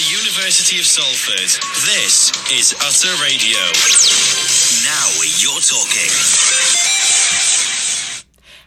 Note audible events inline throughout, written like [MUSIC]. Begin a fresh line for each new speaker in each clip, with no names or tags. University of Salford. This is Utter Radio. Now you're talking.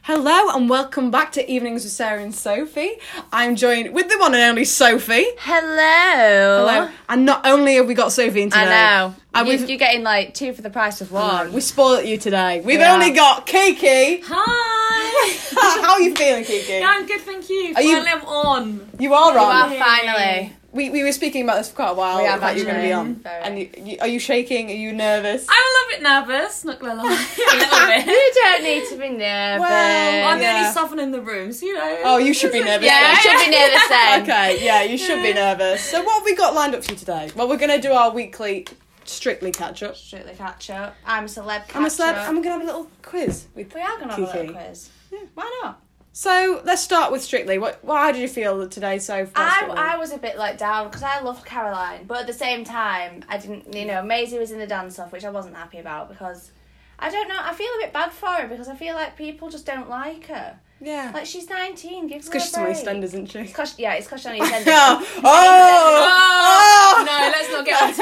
Hello and welcome back to Evenings with Sarah and Sophie. I'm joined with the one and only Sophie.
Hello.
Hello. And not only have we got Sophie in today,
I know.
And
you,
we've,
you're getting like two for the price of one.
we spoiled you today. We've
Yeah.
only got
[LAUGHS]
Kiki. [LAUGHS]
Hi!
How are you feeling, Kiki?
Yeah, I'm good, thank you.
Are
Finally,
you-
I'm on.
You are
You are
on.
finally.
We, we were speaking about this for quite a while.
We have
that you're going to be on.
actually. Very.
And you, you, are you shaking? Are you nervous?
I'm a little bit nervous, not gonna
[LAUGHS]
lie. a little bit.
You don't need to be nervous.
Well,
I'm the
Yeah.
only sovereign in the room, so you know.
Oh, you should be nervous.
[LAUGHS] yeah, you
[LAUGHS]
should be nervous then.
Okay, yeah, you should be nervous. So what have we got lined up for you today? Well, we're going to do our weekly strictly catch up.
Strictly catch up. I'm a celeb. Catch
I'm a celeb.
Up.
I'm going to have a little quiz with
We are gonna have a
Kiki.
little quiz. Why not?
So let's start with Strictly. What? why how did you feel today so far?
I,
Strictly?
I was a bit like down because I loved Caroline, but at the same time, I didn't, you know, Maisie was in the dance off, which I wasn't happy about because I don't know, I feel a bit bad for her because I feel like people just don't like her.
yeah.
Like she's 19, give her
because
a
she's on
break.
EastEnders, isn't
[LAUGHS]
she? [LAUGHS]
Cause- yeah, it's because she's on [LAUGHS]
Yeah.
EastEnders.
oh, oh,
No, let's not get on to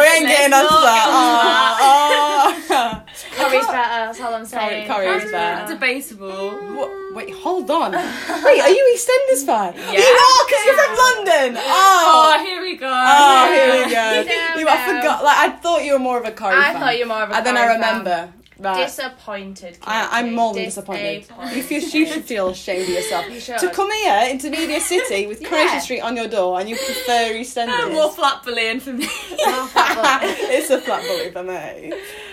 [LAUGHS] we ain't getting
Let's
onto
not get
that. Oh, [LAUGHS]
Curry's better, that's all I'm saying.
Curry- Curry's
Curry's
better.
It's debatable.
What- Wait, hold on. Wait, are you EastEnders fan?
Yeah.
You are, because you're from London.
Oh,
Oh.
here we go.
Oh, here we go.
No,
you, I
no.
forgot. Like, I thought you were more of a Corey
I
fan.
thought you were more of a
And then I
Curry fan.
remember. Right.
Disappointed. Katie.
I, I'm more than disappointed. You, feel, you should feel ashamed of yourself.
You should.
To come here into Media City
[LAUGHS]
with
Yeah.
Croatian Street on your door and you prefer EastEnders.
No [LAUGHS] more flat
[LAUGHS]
bullying for me.
it's a flat bully for me.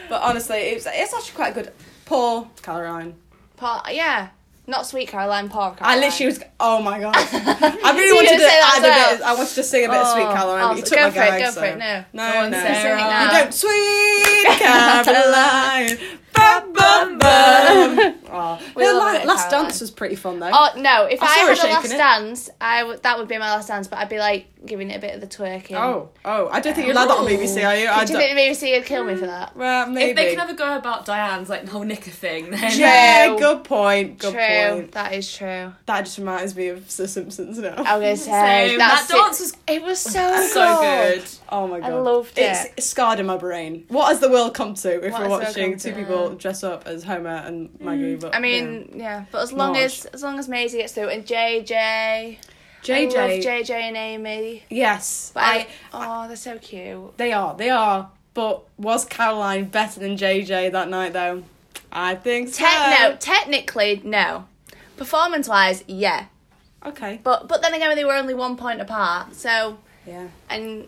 But honestly, it's, it's actually quite good. Poor Caroline.
Poor, yeah, not sweet Caroline, poor Caroline.
I literally was. Oh my
[LAUGHS]
god! I
You
really wanted to
gonna say that
add
as well?
a bit. I wanted to sing a bit of Sweet
Oh,
Caroline,
oh,
but you
so
took
go
my
for it,
gag,
go
so-
for it, no.
no,
Go on,
no.
sing it
You
now.
don't.
[LAUGHS]
Sweet Caroline. bum, bum, bum. Oh.
We
Her
love
la-
it,
last
Caroline.
dance was pretty fun though.
Oh no! If
I
I,
saw her
had a
shaking
last
it.
dance, I would that would be my last dance. But I'd be like giving it a bit of the twerking.
Oh, oh, I don't think you're allowed that on BBC, are you? I
do Um, you
don't.
think the BBC would kill me for that?
Well, maybe.
if they can ever go about Diane's like whole knicker thing, then
yeah,
No.
good point. Good
true,
point.
that is
[LAUGHS]
true.
That just reminds me of The Simpsons now.
I was gonna say
Same.
that's
that dance
it.
was
It
[LAUGHS]
was so
so good.
[GASPS] Oh my god.
loved
it's
it.
It's scarred in my brain. What has the world come to if
What
we're
has the world
watching
come
two
to? Mm,
people dress up as Homer and Maggie? But
I mean, yeah. but as long
Marge.
as as long as Maisie gets through and JJ,
yeah.
I love
JJ.
JJ and Amy.
yes.
But
I,
I, oh, they're so cute.
they are. They are. But was Caroline better than JJ that night though? I think so.
Te- no, technically no. Performance wise, yeah,
Okay.
but but then again, they were only one point apart. So
Yeah.
and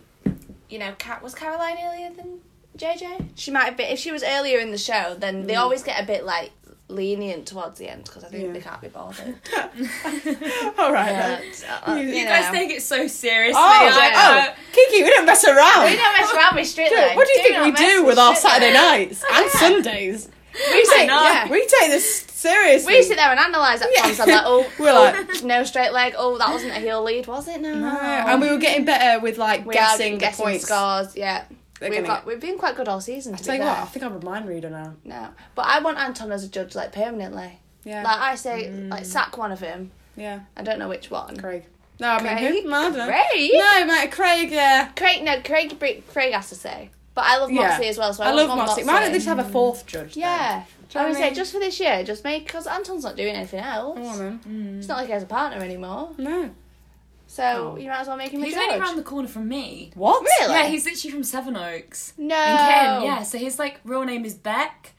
you know, Cat was Caroline earlier than JJ. She might have been if she was earlier in the show. Then they always get a bit like lenient towards the end because I think
Mm. Yeah.
they can't be bothered.
[LAUGHS] [LAUGHS] All right.
But,
then.
uh,
You-
you,
you
You
know.
guys take it so seriously.
Oh,
like,
oh, Kiki, we don't mess around.
we don't mess around with straight
What do you think we do with our Saturday nights and Sundays? We take,
know.
yeah, we take this seriously.
We sit there and analyse that song.
[LAUGHS]
So I'm like, oh,
We're like,
[LAUGHS]
"Oh."
no straight leg. Oh, that wasn't a heel lead, was it? No.
and we were getting better with like
We are
guessing,
guessing
the points.
scars. Yeah.
They're
We've
gonna
got, we've been quite good all season. To
Tell
be
you
fair.
what, I think I'm a mind reader now.
No, but I want Anton as a judge, like permanently.
Yeah,
Like I say, like sack one of him.
yeah,
I don't know which one.
Craig. No, I mean
Craig?
who? No, I don't know.
Craig?
No, mate, Craig. Yeah,
Craig, no, Craig, Craig, Craig has to say. But I love
yeah.
Moxley as well, so I,
I love
want
Moxley.
Moxley.
Why don't they just have a fourth judge? then?
Yeah,
you know
I
what
would
I
say
mean? Oh,
just for this year, just make because Anton's not doing anything else.
Come on, then.
It's not like he has a partner anymore,
No.
so
Oh.
you might as well make him a
he's
judge.
only around the corner from me.
What?
Really?
Yeah, he's literally from Sevenoaks.
no.
And
Oh.
Ken, yeah. So his like real name is Beck.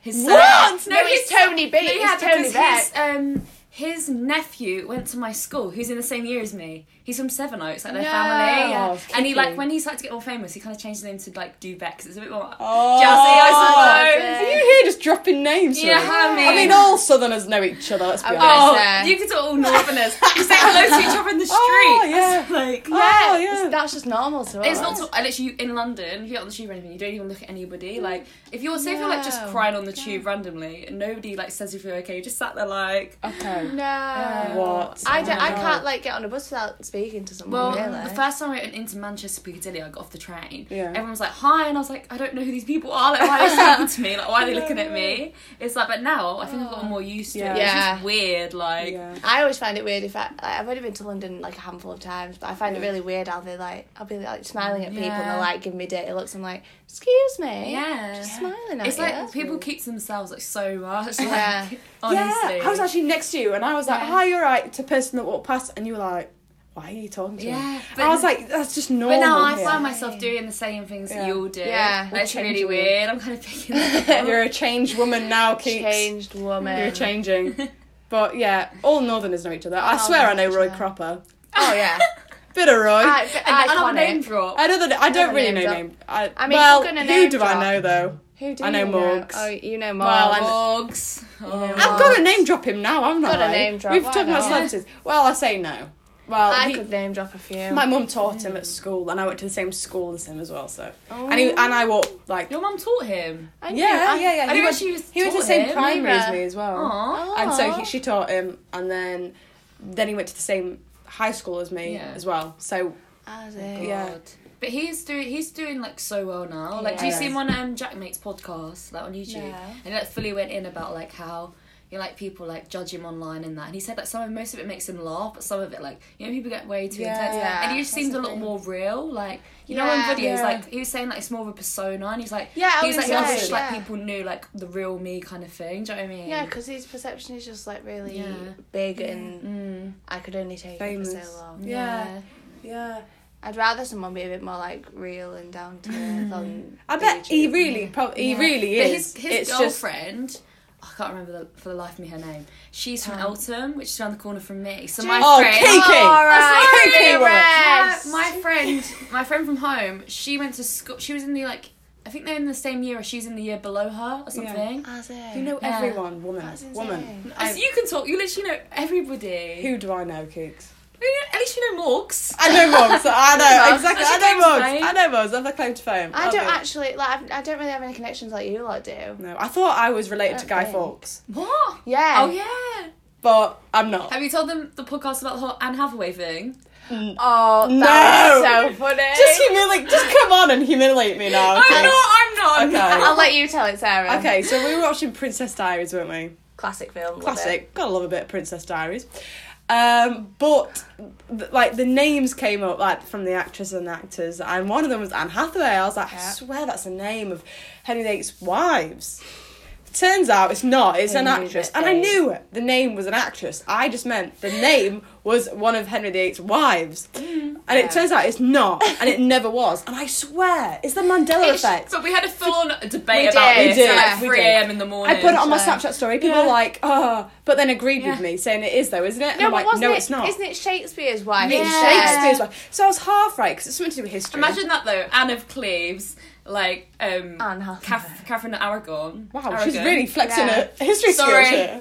His
What?
No, it's Tony B.
No,
It's
yeah,
Tony
because
Beck.
his um his nephew went to my school, who's in the same year as me. He's from Sevenoaks, like their
No,
family. Yeah. And he like
kicking.
when he started to get more famous, he kind of changed his name to like Dubeck. 'cause it's a bit more
Oh.
jazzy, I
Are
Jazzy.
suppose.
you here just dropping names?
You know
really?
what I mean?
I mean, all Southerners know each other. Let's be
I
honest.
would
Oh,
Yes, uh,
you could all Northerners. You say hello to each other in the street.
Oh,
[LAUGHS]
yeah.
It's like.
Oh,
Yeah,
yeah.
that's just normal to us.
It's not. so- I literally in London. If you're on the tube or anything, you don't even look at anybody. Like if you're say if you're like just
No.
crying on the tube randomly and nobody like says if you're okay, you just sat there like.
Okay.
No.
What?
I don't. I
Oh.
can't like get on a bus without speaking to someone.
Well,
really.
the first time I went into Manchester Piccadilly, I got off the train.
Yeah.
Everyone was like, "Hi," and I was like, "I don't know who these people are. Like, why are they talking to me? Like, why are they looking at me?" It's like, but now I think I've gotten more used to it. It's
Yeah.
just weird. Like,
Yeah.
I always find it weird if I like, I've only been to London like a handful of times, sometimes, but I find it really weird how they like I'll be like smiling at people and
Yeah.
they're like giving me dirty looks. I'm like, excuse me.
Yeah.
Just smiling at
It's
you.
like
That's
people
rude.
keep to themselves like so much. Like, [LAUGHS]
Yeah.
Honestly.
Yeah, I was actually next to you, and I was like,
Yeah.
"Hi, you're right." To a person that walked past, and you were like, "Why are you talking to
Yeah,
me?"
but-
I was like, "That's just normal."
But now I
here."
find myself doing the same things
Yeah.
that you all do.
Yeah.
That's
We're
really
changing.
weird. I'm kind of
[LAUGHS]
picking that up.
You're a changed woman
[LAUGHS]
now, Keeks.
changed woman. Oh,
You're
[LAUGHS]
changing. But yeah, all Northerners know each other. I swear I know Roy Cropper. [LAUGHS]
Oh yeah.
Bit of Roy.
I,
I,
Another name
iconic.
drop.
don't, [LAUGHS] I don't
Another
really
name
know
drop.
name. I,
I mean,
well,
we're gonna
who
name
do
drop.
I know though?
Who do
I know
you
Morgs.
Oh, you know Morgs.
Well, and-
Morgs. Oh.
I've got to name drop him now, haven't
Gotta
I?
name drop,
We've
why
talked about
not?
celebrities. Well, I say no. Well,
I
he-
could name drop a few.
my mum taught him at school, and I went to the same school as him as well. So,
Oh.
and he, and I walked like
Your mum taught him.
I know,
yeah, yeah,
I-
yeah.
I
He
didn't
went,
actually was
he went to the
taught
same
him
primary as
either.
me as well.
Aww.
and so
Aw.
he, she taught him and then then he went to the same high school as me
Yeah.
as well so
As in-
Yeah.
But he's doing he's doing like so well now. Like, do you
Yeah.
see him on um, Jack Mate's podcast, like on YouTube?
No.
And he like fully went in about like how you know, like people like judge him online and that. And he said that some of most of it makes him laugh, but some of it like you know people get way too
Yeah.
intense.
Yeah,
and he just
that's
seems a
the
lot
thing.
more real. Like you know on
Yeah.
videos,
Yeah.
like he was saying like it's more of a persona, and he's like
Yeah, I
he's
was
like he
gonna
wants to,
say,
like
yeah.
people knew like the real me kind of thing. Do you know what I mean?
Yeah, because his perception is just like really
Yeah.
big, and
Mm.
I could only take it for
Famous.
so long.
Yeah. yeah
I'd rather someone be a bit more like real and down to earth. on
i bet he
YouTube.
really probably he
Yeah.
really
But
is
his, his
it's just
girlfriend. I can't remember the, for the life of me her name. She's from Eltham, which is around the corner from me. So my
oh
friend,
Kiki
All right,
Sorry,
Kiki
woman.
my,
Rex.
my friend, my friend from home. She went to school. She was in the like, I think they're in the same year, or she's in the year below her, or something.
As in.
you know
Yeah.
everyone woman
That's insane.
woman
Uh, so you can talk. You literally know everybody.
who do i know
[LAUGHS]
keeks
At least you know Morgs.
i know mugs i know
Mugs.
exactly i
That's
know
your claim to
mugs i
fame.
know mugs i'm the claim to fame
I
I'll
don't
be-
actually like. I've, I don't really have any connections like you lot do.
no i thought i was related to
don't
guy
think.
fawkes
What?
Yeah.
Oh yeah.
but i'm not
Have you told them the podcast about the whole Anne Hathaway thing?
Oh, that
No.
was so funny.
just humiliate just come on and humiliate me now
I'm
Keeks.
not. I'm not.
Okay.
[LAUGHS] I'll let you tell it, Sarah.
Okay, so we were watching Princess Diaries, weren't we?
Classic film. love it.
Classic. Gotta love a bit of Princess Diaries. Um, but th- like the names came up like from the actresses and actors, and one of them was Anne Hathaway. I was like, I
Yeah.
swear that's the name of Henry VIII's wives. Turns out it's not. It's an
Henry
actress, and I
VIII.
knew the name was an actress. I just meant the name was one of Henry VIII's wives, and it
Mm-hmm. Yeah.
turns out it's not, and it never was. And I swear, it's the Mandela
It's-
effect.
But we had a full on debate
We
about
did,
this at
yeah.
like
We
3
did.
a.m. in the morning.
I put it on my
so-
Snapchat story. People
Yeah.
were like, oh, but then agreed with
Yeah.
me saying it is though, isn't it? And
No,
I'm
but
like,
wasn't
no,
it,
it's not.
Isn't it Shakespeare's wife?
It's
It's
Yeah.
Shakespeare's wife. So I was half right because it's something to do with history.
Imagine that though, Anne of Cleves, like um,
Anne Hathaway.
Cath- Catherine of Aragon.
wow,
Aragon.
she's really flexing
Yeah.
her history
Sorry.
skills here.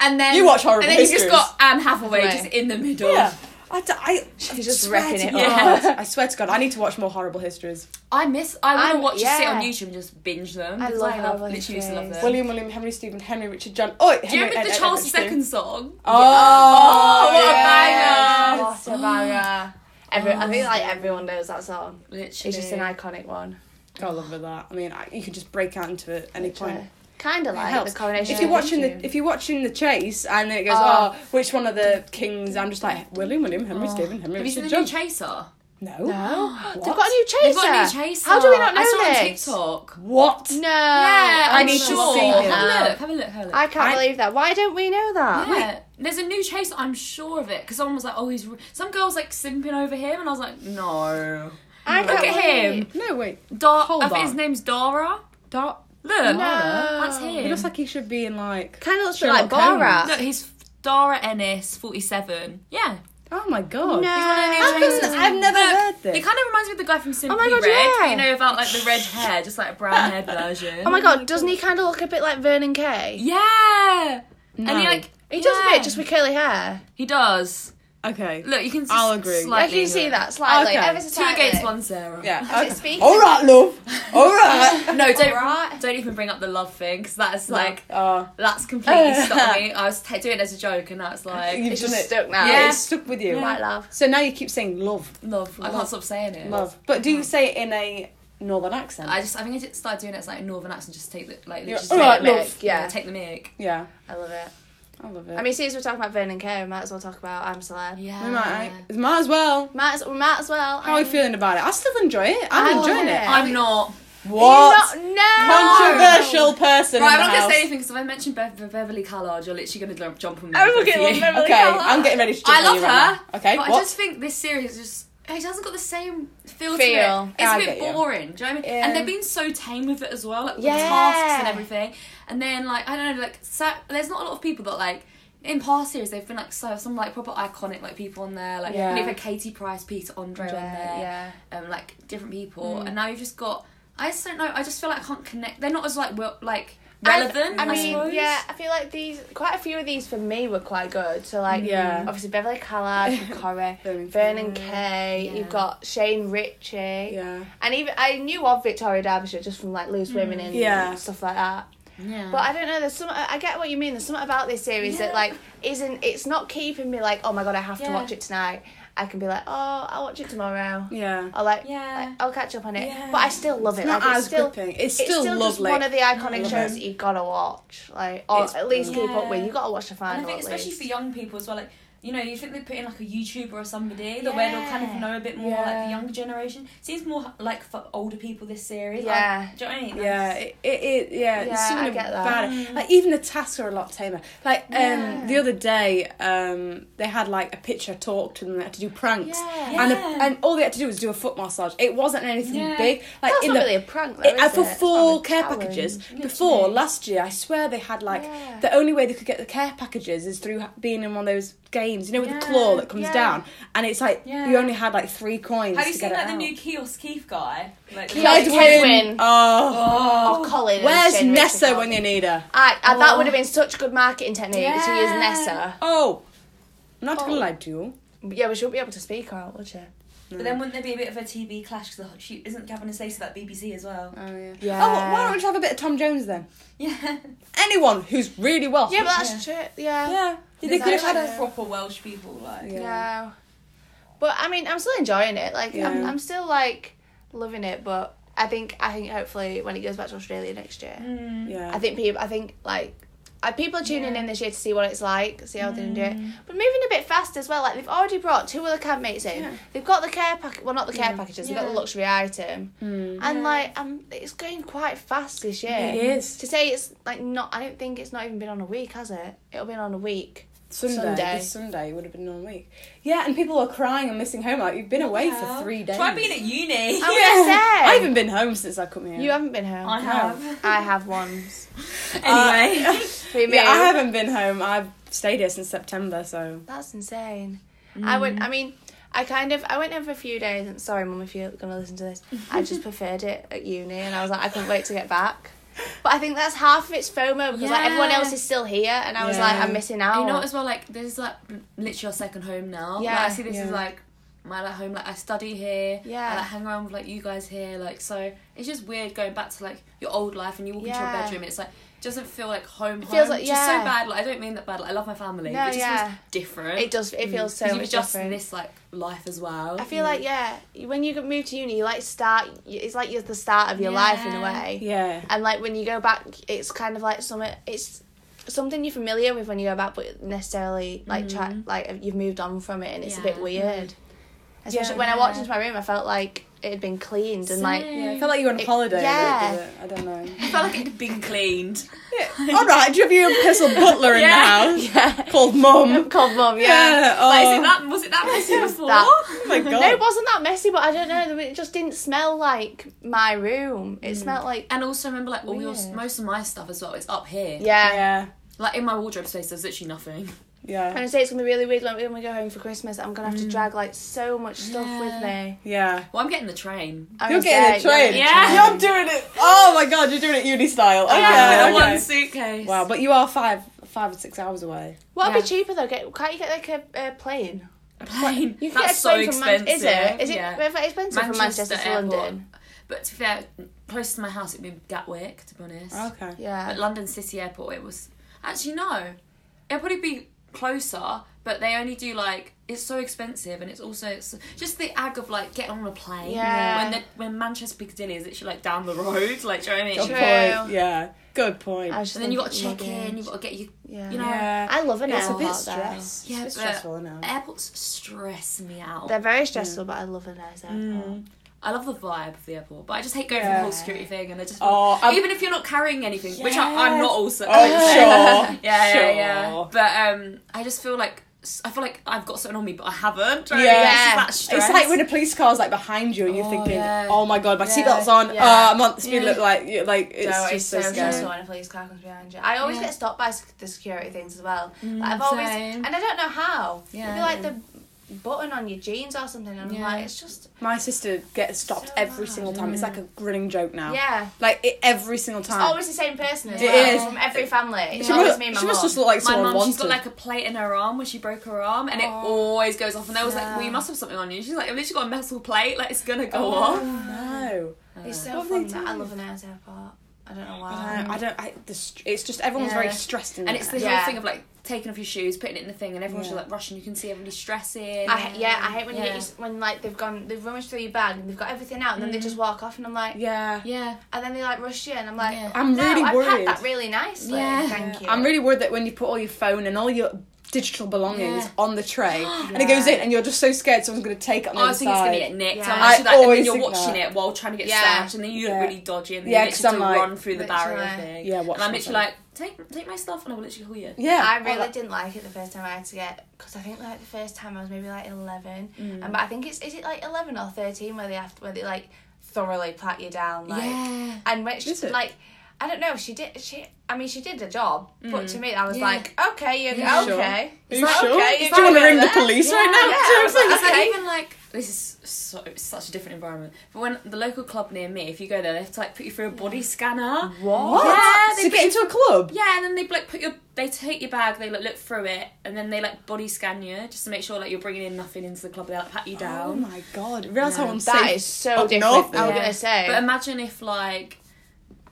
And then
You watch horrible
And then you just
histories.
got Anne Hathaway
Right.
just in the middle.
Yeah. I, d- I,
She's just
swear
wrecking
to
it
God.
all.
I swear to God, I need to watch more horrible histories.
I miss. I want
I'm-
to watch just sit on
yeah.
YouTube and just binge them.
I
because
love
love,
horrible
literally used to love
histories.
them.
William, William, Henry, Stephen, Henry, Richard, John. Oh,
Do you
Henry-
remember
Ed-
the
Ed- Ed-
Charles
Richard.
II song?
Oh,
Oh, what a
yeah.
banger.
What a banger. Every, I think like everyone knows that song.
Literally,
It's just an iconic one.
God, I love that. I mean, I, you could just break out into it at any point.
Kind of like
helps.
the coronation.
If you're
of
watching
Richard.
the
[GASPS]
if you're watching the chase and then it goes,
Oh.
oh, which one of the kings? I'm just like William, William, Henry, Stephen, Henry,
Have you seen
Richard,
the
John.
new Chaser?
no.
No. [GASPS]
What?
They've got a new chaser.
They've got a new Chaser.
How do we not know
I saw it on
this?
TikTok.
What?
No.
Yeah,
I'm
I'm
need to
sure.
see
Have
it.
a look. Have a look. Have a look.
I can't
I-
believe that. Why don't we know that?
yeah, there's a new chase. I'm sure of it because someone was like, "Oh, he's." Re-. Some girls like simping over him, and I was like, "No."
I
Look
can't
at
believe-
him.
No, wait.
Dar-
Hold
I think
on.
his name's Dara.
Dot.
Look,
No.
that's him.
He looks like he should be in like.
Kind of looks a bit like
Sherlock
Borat.
no, he's Dara Ennis, forty-seven. Yeah,
Oh my god.
No.
He's one of the new
I've,
chasers.
never
Look,
heard
He
this.
kind of reminds me of the guy from Simply
Oh God,
Red.
yeah.
You know about like the red hair, just like a brown
[LAUGHS]
hair version.
Oh my god, doesn't he kind of look a bit like Vernon Kay?
Yeah, and he like
He does a
yeah.
bit just with curly hair.
he does.
Okay.
Look, you can. See
I'll agree.
Slightly
I can see
here.
that slightly.
Okay.
Ever so
Two
slightly.
against one, Sarah.
[LAUGHS]
Yeah. Uh,
Is it speaking?
All right, love. All right.
[LAUGHS]
[LAUGHS]
No, don't
Alright.
don't even bring up the love thing because that's like
Oh, [LAUGHS]
that's completely stuck on me. I was t- doing it as a joke, and that's like
you've
It's
done
just
it.
stuck now.
Yeah,
Yeah.
it's stuck with you.
Right, love.
So now you keep saying love,
love. I
love.
can't stop saying it.
love. But do you
Uh-huh.
say it in a northern accent?
I just I think I just started doing it as like a northern accent, just take the like
You're-
just
alright,
take the mic.
love. Yeah.
take the mic.
yeah.
I love it.
I love it.
I mean, since we're talking about Vern and Kay, we might as well talk about I'm Celeb.
Yeah.
we might,
uh,
I- might as well.
Might as, we might as well. um,
How are you feeling about it? I still enjoy it. I'm
I
enjoying
love
it.
it.
I'm not.
What?
You're not, no!
Controversial person.
Right,
in
I'm
the
not gonna
house.
say anything because if I mention Bev- Beverly Callard, you're literally gonna jump- jump on me.
I'm
both
looking
of
at
you.
Beverly
Okay,
Callard.
I'm getting ready to. Jump
I
on
love
you right
her.
now. Okay,
but
what?
I just think this series is just. It hasn't got the same feel, to
Feel.
it. It's
I
a
get
bit
you.
boring. Do you know what I mean?
Yeah.
And they've been so tame with it as well, like with the
Yeah.
tasks and everything. And then like I don't know, like so, there's not a lot of people that like in past series they've been like so some like proper iconic like people on there, like
Yeah.
you've had Katie Price, Peter Andre on there,
Yeah.
um, like different people,
Mm.
and now you've just got. I just don't know. I just feel like I can't connect. They're not as like well, like relevant.
I,
I,
I mean,
suppose.
yeah, I feel like these, quite a few of these for me were quite good. So, like,
Yeah.
obviously Beverly Callard,
[LAUGHS]
Corrie,
Vernon
Vern and
Kay.
Kay,
Yeah.
you've got Shane Ritchie.
yeah.
And even I knew of Victoria Derbyshire just from like Loose Women and
Mm. Yeah.
stuff like that.
Yeah.
But I don't know. There's some. I I get what you mean. There's something about this series that
Yeah.
like isn't. It's not keeping me like, oh my god, I have to
Yeah.
watch it tonight. I can be like, oh, I'll watch it tomorrow.
Yeah.
Or like,
Yeah.
like, I'll catch up on it.
Yeah.
But I still love it.
Not
like,
as
it's still,
gripping. It's
It's
still,
still just
lovely.
one of the iconic
Love
shows
it.
that you gotta watch, like, or
It's-
at least keep up with.
Yeah.
You gotta watch the
And
final.
I think
at
especially
least.
for young people as well, like you know, you think they put in like a YouTuber or somebody, the way they'll kind
Yeah.
of know a bit more, like
Yeah.
the younger generation. Seems more like for older people this series.
Yeah.
Like, do you know what I mean?
Yeah, it, it, it yeah,
Yeah,
it's something
I get that. Mm.
about it. Like even the tasks are a lot tamer. Like um
Yeah.
the other day, um they had like a picture talk to them. They had to do pranks,
Yeah.
and the,
Yeah.
and all they had to do was do a foot massage. It wasn't anything
Yeah.
big. Like
That's
in
not
the
really a prank, though,
it- uh,
is
for
it? It's more
four
of a
care
challenge.
packages before
Literally.
last year, I swear they had like
Yeah.
the only way they could get the care packages is through ha- being in one of those games. You know, with the
Yeah.
claw that comes
Yeah.
down, and it's like
Yeah.
you only had like three coins.
Have you
to
seen
get it
like the
out.
new Kiosk Keith guy? Like, the-
Kiosk- Edwin.
Oh.
Oh.
Or Colin. and
Where's
Shane Richards
Nessa
or-
when you need her?
I, I, that
Oh.
would have been such good marketing technique to use
Yeah.
Nessa.
Oh, I'm not gonna
Oh.
lie to you.
Yeah, we shouldn't be able to speak out, would you?
But then wouldn't there be a bit of a TV clash? Because she isn't Gavin and Stacey that BBC as well.
Oh yeah.
Yeah.
Oh, why don't we just have a bit of Tom Jones then?
[LAUGHS] Yeah.
Anyone who's really Welsh.
Yeah, but that's true. Yeah.
yeah. They
They
could have had
like
a.
proper Welsh people like.
Yeah.
No. But I mean, I'm still enjoying it. Like, I'm,
Yeah.
I'm still like loving it. But I think, I think hopefully when it goes back to Australia next year,
Mm.
Yeah.
I think people, I think like. uh, People are tuning
Yeah.
in this year to see what it's like, see how they do it.
Mm.
But moving a bit fast as well, like they've already brought two other campmates in.
Yeah.
They've got the care packet, well, not the care packages, they've got
Yeah.
the luxury item.
Mm.
And
Yeah.
like, um, it's going quite fast this year.
It is
To say it's like not, I don't think it's not even been on a week, has it? It'll be on a week.
Sunday.
Sunday.
This Sunday would have been one week. Yeah, and people are crying and missing home. Like you've been away for three days. Oh,
Try being at uni.
I
yeah.
was gonna say.
[LAUGHS] I haven't been home since I come here.
You haven't been home.
[LAUGHS] I have.
I have ones.
anyway.
Uh,
[LAUGHS]
We
yeah, I
moved.
haven't been home. I've stayed here since September, so
That's insane. I
Mm.
went. I mean, I kind of. I went home for a few days. And sorry, mum, if you're gonna listen to this, I
[LAUGHS]
just preferred it at uni, and I was like, I couldn't wait to get back. But I think that's half of its FOMO because like everyone
Yeah.
else is still here, and I was
Yeah.
like, I'm missing out.
You know as well, like this is like literally your second home now. Yeah,
Oh. Yeah.
I see this
Yeah.
is like my like home. Like I study here.
Yeah.
I like, hang around with like you guys here. Like so, it's just weird going back to like your old life and you walk into your
Yeah.
bedroom and it's like doesn't feel like home. It
feels like-
just so
yeah.
bad. Like I don't mean that bad. Like, I love my family.
No,
but it just
yeah.
feels different.
it does. It feels so much
Because Mm, you've adjusted
different.
this like life as well.
I feel like yeah, when you move to uni, you like start. It's like you're the start of your
Yeah.
life in a way.
yeah.
And like when you go back, it's kind of like something. It's something you're familiar with when you go back, but necessarily like try, like you've moved on from it, and it's a bit
Mm-hmm. Yeah. Mm-hmm.
weird. Especially
Yeah.
when I walked into my room, I felt like it had been cleaned and like.
Same.
Yeah, I felt like you were on
It-
holiday.
yeah.
Yeah. I don't know.
[LAUGHS] I felt like it had been
[LAUGHS]
cleaned.
All right, do you have your Pistol Butler in the
Yeah.
house
Yeah.
called Mum?
Called mum, yeah.
Yeah.
Like, is
oh.
it that? Was
[LAUGHS]
it that messy before? [LAUGHS]
That.
Oh my god.
No, it wasn't that messy, but I don't know. It just didn't smell like my room.
Mm.
It smelled like
And also remember, like all
Weird.
your most of my stuff as well. It's up here.
yeah.
yeah.
Like in my wardrobe space, there's literally nothing.
And I
Yeah.
say it's gonna be really weird when we, when we go home for Christmas. I'm gonna have to drag like so much stuff with
Mm. Yeah.
me.
Yeah.
Well, I'm getting the train.
I
You're
was
getting a
there,
train.
Yeah.
You're doing it. Oh my god, you're doing it uni style.
Oh,
Okay.
Yeah, with
okay.
Um, one suitcase.
Wow, but you are five, five or six hours away.
What'd be
Yeah.
cheaper though? Get, can't you get like a, a plane?
[LAUGHS] plane.
You can
That's
get a
so
plane from Man-
expensive.
Is it? Is it
Yeah.
very expensive from Manchester to
Airport.
London?
But to be fair, close to my house, it'd be Gatwick, to be honest.
Okay.
Yeah.
But London City Airport, it was actually no. It'd probably be closer, but but they only do like it's so expensive and it's also it's just the ag of like getting on a plane
Yeah.
when the, when Manchester Piccadilly is literally like down the road like do you know what I mean
Good
True.
point. Yeah. Good point.
I was just
and then you got to
thinking
check in
luggage.
you've got to get your
Yeah.
you know
yeah.
I love an
It's a
airport
bit
though.
stress.
Yeah,
it's
but-
stressful
[LAUGHS]
now.
airports stress me out
They're very stressful, but I love a nice airport.
I love the vibe of the airport, but I just hate going through the whole security thing, and I just
Oh, I'm-
even if you're not carrying anything, which I, I'm
Yes.
not also. [LAUGHS]
Oh, sure.
yeah,
sure.
yeah, yeah. But um, I just feel like I feel like I've got something on me, but I haven't. Right?
Yeah.
Yeah, it's, just that
It's
stress.
like when a police car's like behind you and you're
Oh,
thinking,
yeah.
"Oh my god, my
Yeah,
seatbelt's on.
yeah.
Uh, I'm on the speed
Yeah.
limit." Like, you- like it's
No,
just
it's
so
so
scary.
stressful when a police car comes behind you. I always
Yeah.
get stopped by sec- the security things as well. Like, I've always,
same.
and I don't know how.
Yeah.
Maybe like the button on your jeans or something, and I'm
Yeah.
like, it's just
My sister gets stopped
So
every
bad.
single time. It's like a running joke now.
yeah.
Like it, every single time.
It's always the same person as
It
well
is.
from every family. It's
she
always
must,
me
she
and my
must
mum.
just look like
my
someone
mum,
wanted.
she's got like a plate in her arm when she broke her arm, and it
Oh.
always goes off. And I was like,
Yeah.
"Well, you must have something on you." She's like, "I've literally got a metal plate. Like it's gonna go
oh
off."
no.
It's so
What have
fun.
they
That I
done?
love a nice airport. I don't know
I
why.
don't. I don't I, the, str- it's just everyone's
Yeah.
very stressed in
And
there.
it's the
Oh, Yeah.
whole thing of like taking off your shoes, putting it in the thing, and everyone's
Yeah.
just like rushing. You can see everybody stressing.
I ha- yeah, I hate when you
Yeah.
get your, when like they've gone they've rummaged through your bag and they've got everything out and then they just walk off and I'm like
yeah.
yeah.
and then they like rush you and I'm like
Yeah.
I'm
no,
really
I
worried.
packed that really nicely
Yeah.
thank you
I'm really worried that when you put all your phone and all your digital belongings
Yeah.
on the
[GASPS]
tray and it goes in and you're just so scared someone's going to take it on the
Oh,
I
other
was thinking it's
side.
gonna get nicked.
Yeah.
I'm actually
I
like, and
always
then you're
think
watching
that.
it while trying to get
Yeah.
snatched, and then you
Yeah.
look really dodgy, and then
Yeah,
you
'cause
literally
I'm
do
like-
run through the barrier
Literally.
thing.
Yeah, watch
and I'm
myself.
literally like, take take my stuff, and I will literally haul you.
yeah.
I
Oh,
really
that-
didn't like it the first time I had to get because I think like the first time I was maybe like eleven, and but I think it's is it like eleven or thirteen where they have to, where they like thoroughly pat you down like
Yeah.
and when she
Is it?
like I don't know she did she I mean she did the job but to me I was
Yeah.
like okay you're
Yeah.
Sure.
okay
Are
It's
you
like,
sure?
okay,
Do
it's
you
like,
want to
you're
ring the
there.
police right now?
Yeah,
[LAUGHS] Do you know what I'm saying?
I was
It's like
Okay.
even like this is so such a different environment. But when the local club near me, if you go there, they have to like put you through a body scanner.
What?
Yeah, they
to get into a club?
Yeah, and then they like put your they take your bag, they like look through it, and then they like body scan you just to make sure like you're bringing in nothing into the club. They like pat you
Oh
down.
my god! Realise how unsafe.
that is so
up
different
north
I was
is.
gonna say
But imagine if like.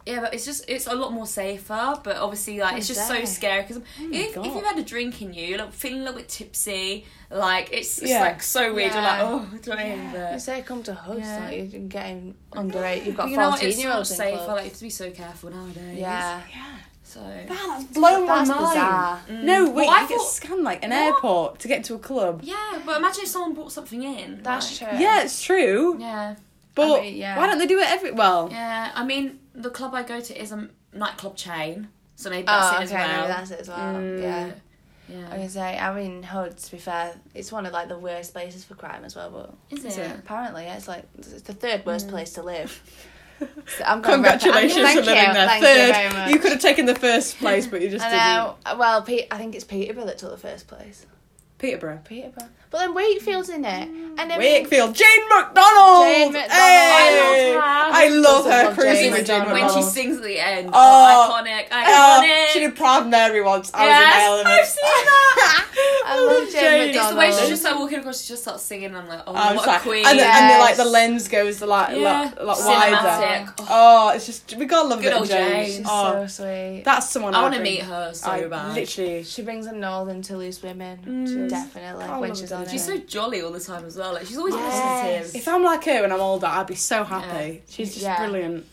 Yeah, but it's just it's a lot more safer. But obviously, like it's just so
Exactly.
scary because
Oh
if, if
God.
you've had a drink in you, you're like, feeling a little bit tipsy. Like it's it's
Yeah.
like so weird.
Yeah.
You're like, oh, do you know what I mean?
you
But,
say come to host
Yeah.
like you're getting under eight you've
but
got
you know what?
fourteen
It's so
year
much
olds in
safer.
clubs.
Like you have to be so careful nowadays.
yeah
Yeah.
So
Wow, that's blown
that's
my mind.
bizarre. Mm.
No, wait,
Well, I
you get
thought-
scanned like an
What?
airport to get into a club.
yeah, but imagine if someone brought something in.
that's
like-
true
Yeah, it's true.
Yeah.
But
mean, yeah.
why don't they do it every? Well,
Yeah, I mean, the club I go to is a nightclub chain, so maybe that's
oh okay
it as well. Mm.
maybe that's it as well yeah.
Yeah.
I can say, I mean, Hood, to be fair, it's one of like the worst places for crime as well, but
Is,
Is
it?
it?
apparently yeah, it's like it's the third
Mm.
worst place to
[LAUGHS]
live. So I'm going back to-
congratulations
thank
for living
you,
there.
Thank
Third,
you very much.
could have taken the first place, but you just
I
didn't.
know. Well, Pete, I think it's Peterborough that took the first place.
Peterborough,
Peterborough. But then Wakefield's in it.
Mm.
And then
Wakefield, Jane McDonald.
Jane McDonald.
Hey! I
I
love
love her.
her
Doesn't love
cruising
Jane
with Jane
McDonald.
When
McDonald.
she sings at the end,
Oh.
oh, iconic,
Oh,
iconic.
she did Proud Mary once. I
Yes,
was in my element.
I've
[LAUGHS]
seen that.
I
love Jane
it's the way
McDonald.
she just like walking across, she just starts singing. And I'm like, oh,
I was
what
like,
a queen.
and, the, and the, like
Yes.
the lens goes a lot, a
Yeah.
lot, a lot wider.
Cinematic.
Oh, it's just we gotta love
Good
it,
old
Jane.
Jane.
She's
Oh,
so sweet.
that's someone
I
I'd
want to
bring.
meet her so
I
bad.
literally.
she brings a northern to loose women,
Mm.
definitely,
Can't
when
love
she's
her,
on it.
She's so jolly all the time as well. Like she's always
Yes.
positive.
If I'm like her when I'm older, I'd be so happy. She's just
Yeah.
brilliant.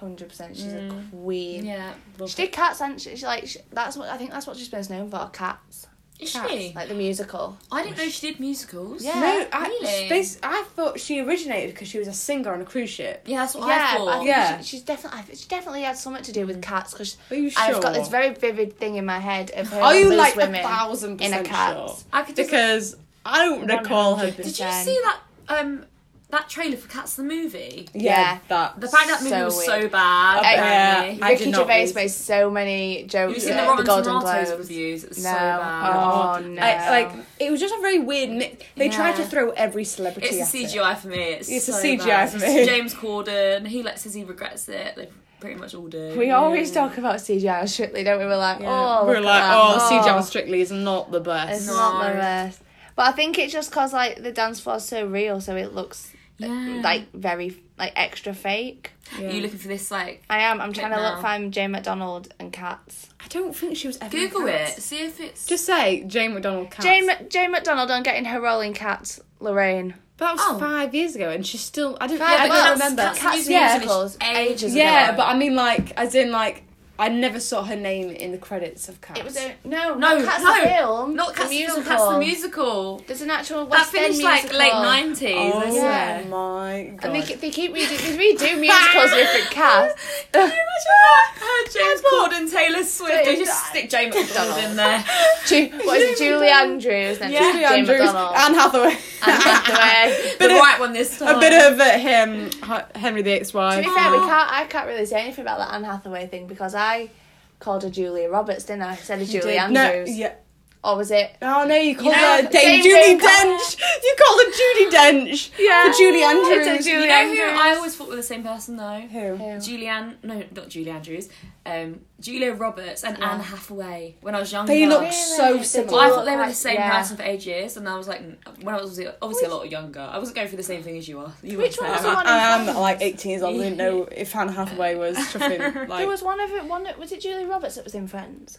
100%. She's
Mm.
a queen.
yeah,
She did Cats, and she, she like she, that's what I think that's what she's best known for Cats,
is
Cats
she?
like the musical.
I didn't know she did musicals.
Yeah.
No, I,
Really?
they, I thought she originated because she was a singer on a cruise ship.
yeah, that's what
yeah,
I
but I
thought.
think
Yeah. Mm.
she, she's definitely I think she definitely had something to do with Cats because
Are you
I've got this
sure?
very vivid thing in my head of her.
Are
and
you
those
like
women
a thousand
in
percent
a cat?
sure?
I could just
Because I don't recall her. being-
Did you see that um that trailer for Cats the movie?
Yeah,
Yeah.
that.
The fact that movie
So
was so
weird.
bad.
I
apparently.
bet. I
Ricky
did not
Gervais
read-
made so many
Have you
jokes
seen
at
the
the,
Rotten
Golden
Tomatoes
Globes.
reviews? It's
No.
so bad.
Oh, no.
I- like it was just a very weird. mi- They tried to
Yeah.
throw every celebrity.
It's a
at it.
CGI for me. It's,
It's a
so
CGI
bad.
for me.
James Corden, he like says he regrets it. They pretty much all do.
We always
Mm.
talk about CGI on strictly, don't we? We're like, oh,
we were
look at
like,
that.
oh, CGI on Strictly is not the best.
It's not the
No.
best. But I think it's just cause like the dance floor's so real, so it looks
Yeah.
like very like extra fake.
Yeah.
Are you looking for this like
I am. I'm trying to look
now.
if I'm Jane McDonald and cats.
I don't think she was ever. in
Google it.
Cats.
See if it's
Just say Jane McDonald cats.
Jane Mac- Jane McDonald on getting her role in Cats. Lorraine.
but that was
Oh.
five years ago, and she's still. I don't.
Five-
I
but
don't
Cats-
remember.
Cats
Cats
usually
musicals, ages
ages
ago.
yeah,
ago.
but I mean, like, as in, like, I never saw her name in the credits of Cats.
It was a, no,
No,
no, Cats
no,
the film,
not
the
Cats the
musical.
musical. Cats the musical.
There's an actual
That
West End
finished like
musical.
late nineties. I
Oh
swear.
Yeah.
my god!
And they, they keep redo they redo musicals with different
[LAUGHS]
casts.
[LAUGHS]
Can you imagine that? James Corden, Taylor Swift. They just stick Jane McDonald
[LAUGHS]
in there.
Ju- what is it, Julie Andrews? Then
Julie
Jane
Andrews,
McDonald.
[LAUGHS]
Anne Hathaway,
Anne Hathaway.
the
of-
right one this
[LAUGHS]
time.
a bit of uh, him, H- Henry VIII's
to
wife. Oh.
be fair, we can't. I can't really say anything about that Anne Hathaway thing because I called her Julia Roberts, didn't I? Instead of Julie
did.
No,
Andrews,
yeah.
or was it?
Oh no, you called her
know,
Dame
Dame
Julie
Jane Col-
Dench. You called her Judy Dench.
Yeah.
For Julie Andrews.
It's a Julie
You know who
Andrews.
I always thought were the same person though.
Who?
Julianne, no, not Julie Andrews. Um, Julia Roberts and Anne Hathaway. When I was younger,
They look
Really?
so
They
Well, I
similar.
thought they were the same
Yeah.
person for ages, and I was like, when I was obviously, obviously a lot younger, I wasn't going for the same thing as you are. You
Which
were
one was
Sarah.
the one?
I am like 18 years old. I didn't
[LAUGHS]
know if Anne Hathaway was chuffing. Like,
There was one of it. One that- was it Julie Roberts that was in Friends.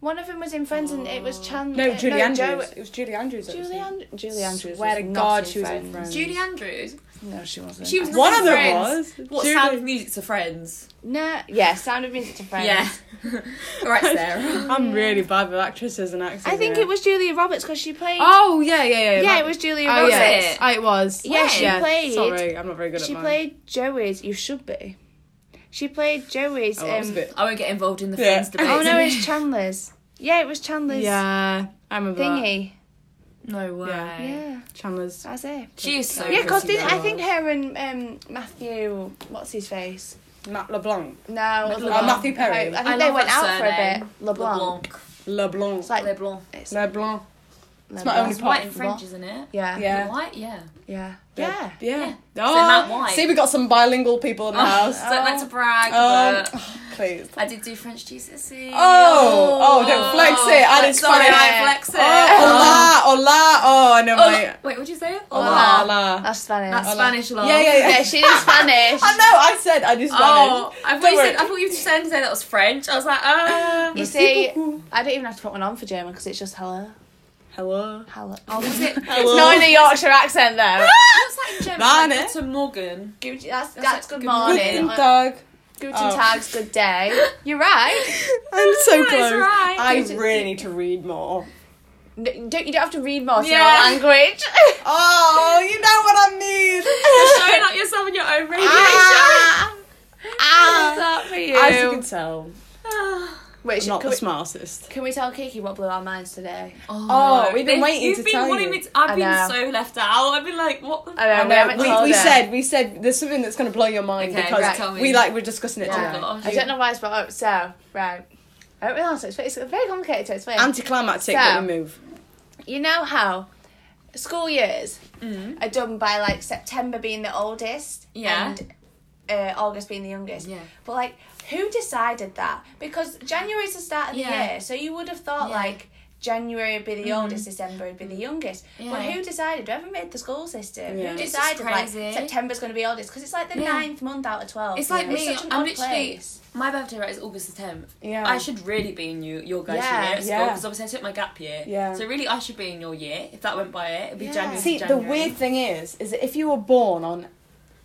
One of them was in Friends, and it was Chan.
no,
uh,
Julie Andrews.
Jo-
it was Julie Andrews. that was
Julie,
in-
and- Julie Andrews.
Swear
was
to
not
God,
in
she was in
Friends.
Friends.
Julie Andrews.
No, she wasn't.
She was
One
in
of them
Friends.
was.
What
Julie-
sound of music to Friends?
No, yeah, Sound
[LAUGHS]
of Music to Friends.
Yeah. All right, Sarah.
I'm really bad with actresses and actors.
I think
yeah.
it was Julia Roberts because she played.
Oh yeah, yeah, yeah.
yeah,
that-
it was Julia
Oh
Roberts.
yeah,
it?
Oh, it was.
Yeah, she
yeah.
played-
Sorry, I'm not very good
She
at mine.
played Joey's. You should be. She played Joey's.
Oh,
um,
that was a bit-
I won't get involved in the
Yeah.
Friends debate.
[LAUGHS] oh no,
[LAUGHS]
it's Chandler's. Yeah, it was Chandler's
Yeah, I remember that.
thingy.
[LAUGHS] No way.
Yeah,
Chandler's.
that's it.
She is so.
Yeah, because
pretty,
I
though.
think her and um, Matthew, what's his face?
Matt LeBlanc.
No,
LeBlanc.
Oh, Matthew Perry.
I think
I
they
love
went
that
out for a
surname.
bit. LeBlanc.
LeBlanc.
It's like
LeBlanc. LeBlanc.
It's
LeBlanc.
It's
my only
It's white in French, isn't it?
Yeah.
Yeah.
White, yeah.
Yeah. Yeah.
Yeah.
Yeah.
Oh,
Matt White.
See, we got some bilingual people in the
Oh.
house.
[LAUGHS] Don't like to brag,
Uh,
Um,
but
please.
I did do French GCSE.
Oh, oh, don't flex it. I didn't
sorry,
flex
I
it.
flex it.
uh,
Oh, hola,
um,
hola. Oh, I know my.
Wait, what did you say?
Hola,
Hola.
hola.
That's Spanish.
That's Spanish love.
Yeah, yeah, yeah.
yeah, she did Spanish.
[LAUGHS] I know. I said I just.
Oh, I thought,
Don't
you
worry.
said, I thought you said said that was French. I was like, uh.
You see, I don't even have to put one on for German because it's just hello.
Hello.
Hello.
Oh,
[LAUGHS]
was it?
Hello.
It's not in a Yorkshire accent though. [LAUGHS]
What's that in German?
Nein, eh?
Like, Guten Morgen.
Good- that's, that's,
like
good
good
morning.
morning.
Guten Tag.
Guten
Oh.
Tags, good day. You're right.
I'm so
That's
close.
right.
I
It's-
really need to read more.
[LAUGHS] N- don't, you don't have to read more to know
Yeah.
our [LAUGHS] language.
Oh, you know what I mean.
[LAUGHS] You're showing up yourself in your own radiation.
Ah. How's
Ah.
that for
[LAUGHS]
you?
As you can tell, Ah.
Wait,
I'm
should-
not
can,
the
we,
smartest.
can we tell Kiki what blew our minds today?
Oh, we've been
This-
waiting
you've
to
been
tell
wanting
you.
Me to, I've
I know.
been so left out. I've been like, what the
I know,
I
we haven't
know, we,
told
we
her.
said we said there's something that's going to blow your mind
Okay,
because
right, tell me.
we like we're discussing it
Yeah.
today.
gosh.
I don't know why it's brought up. So, right. I don't really know. so It's, it's very complicated to explain.
Anticlimactic,
So-
but we move.
you know how school years are done by like September being the oldest
Mm. Yeah.
and uh, August being the youngest.
Yeah.
But like, who decided that? Because January's the start of the
Yeah.
year, so you would have thought
Yeah. Mm-hmm. Mm.
like January would be the oldest, December would be the youngest. But
Yeah.
who decided? Whoever made the school system?
Yeah.
Who
It's just
decided like
crazy.
September's going to be oldest? Because it's like the
Yeah.
ninth month out of twelve.
It's like
Yeah.
me.
such an
I'm
odd
literally.
place.
My birthday right is August the 10th.
Yeah.
I should really be in you, your guys'
Yeah,
year at school
yeah.
because obviously I took my gap year.
Yeah.
So really, I should be in your year. If that went by it, it'd be
Yeah.
January. to
See, the
January.
weird thing is, is that if you were born on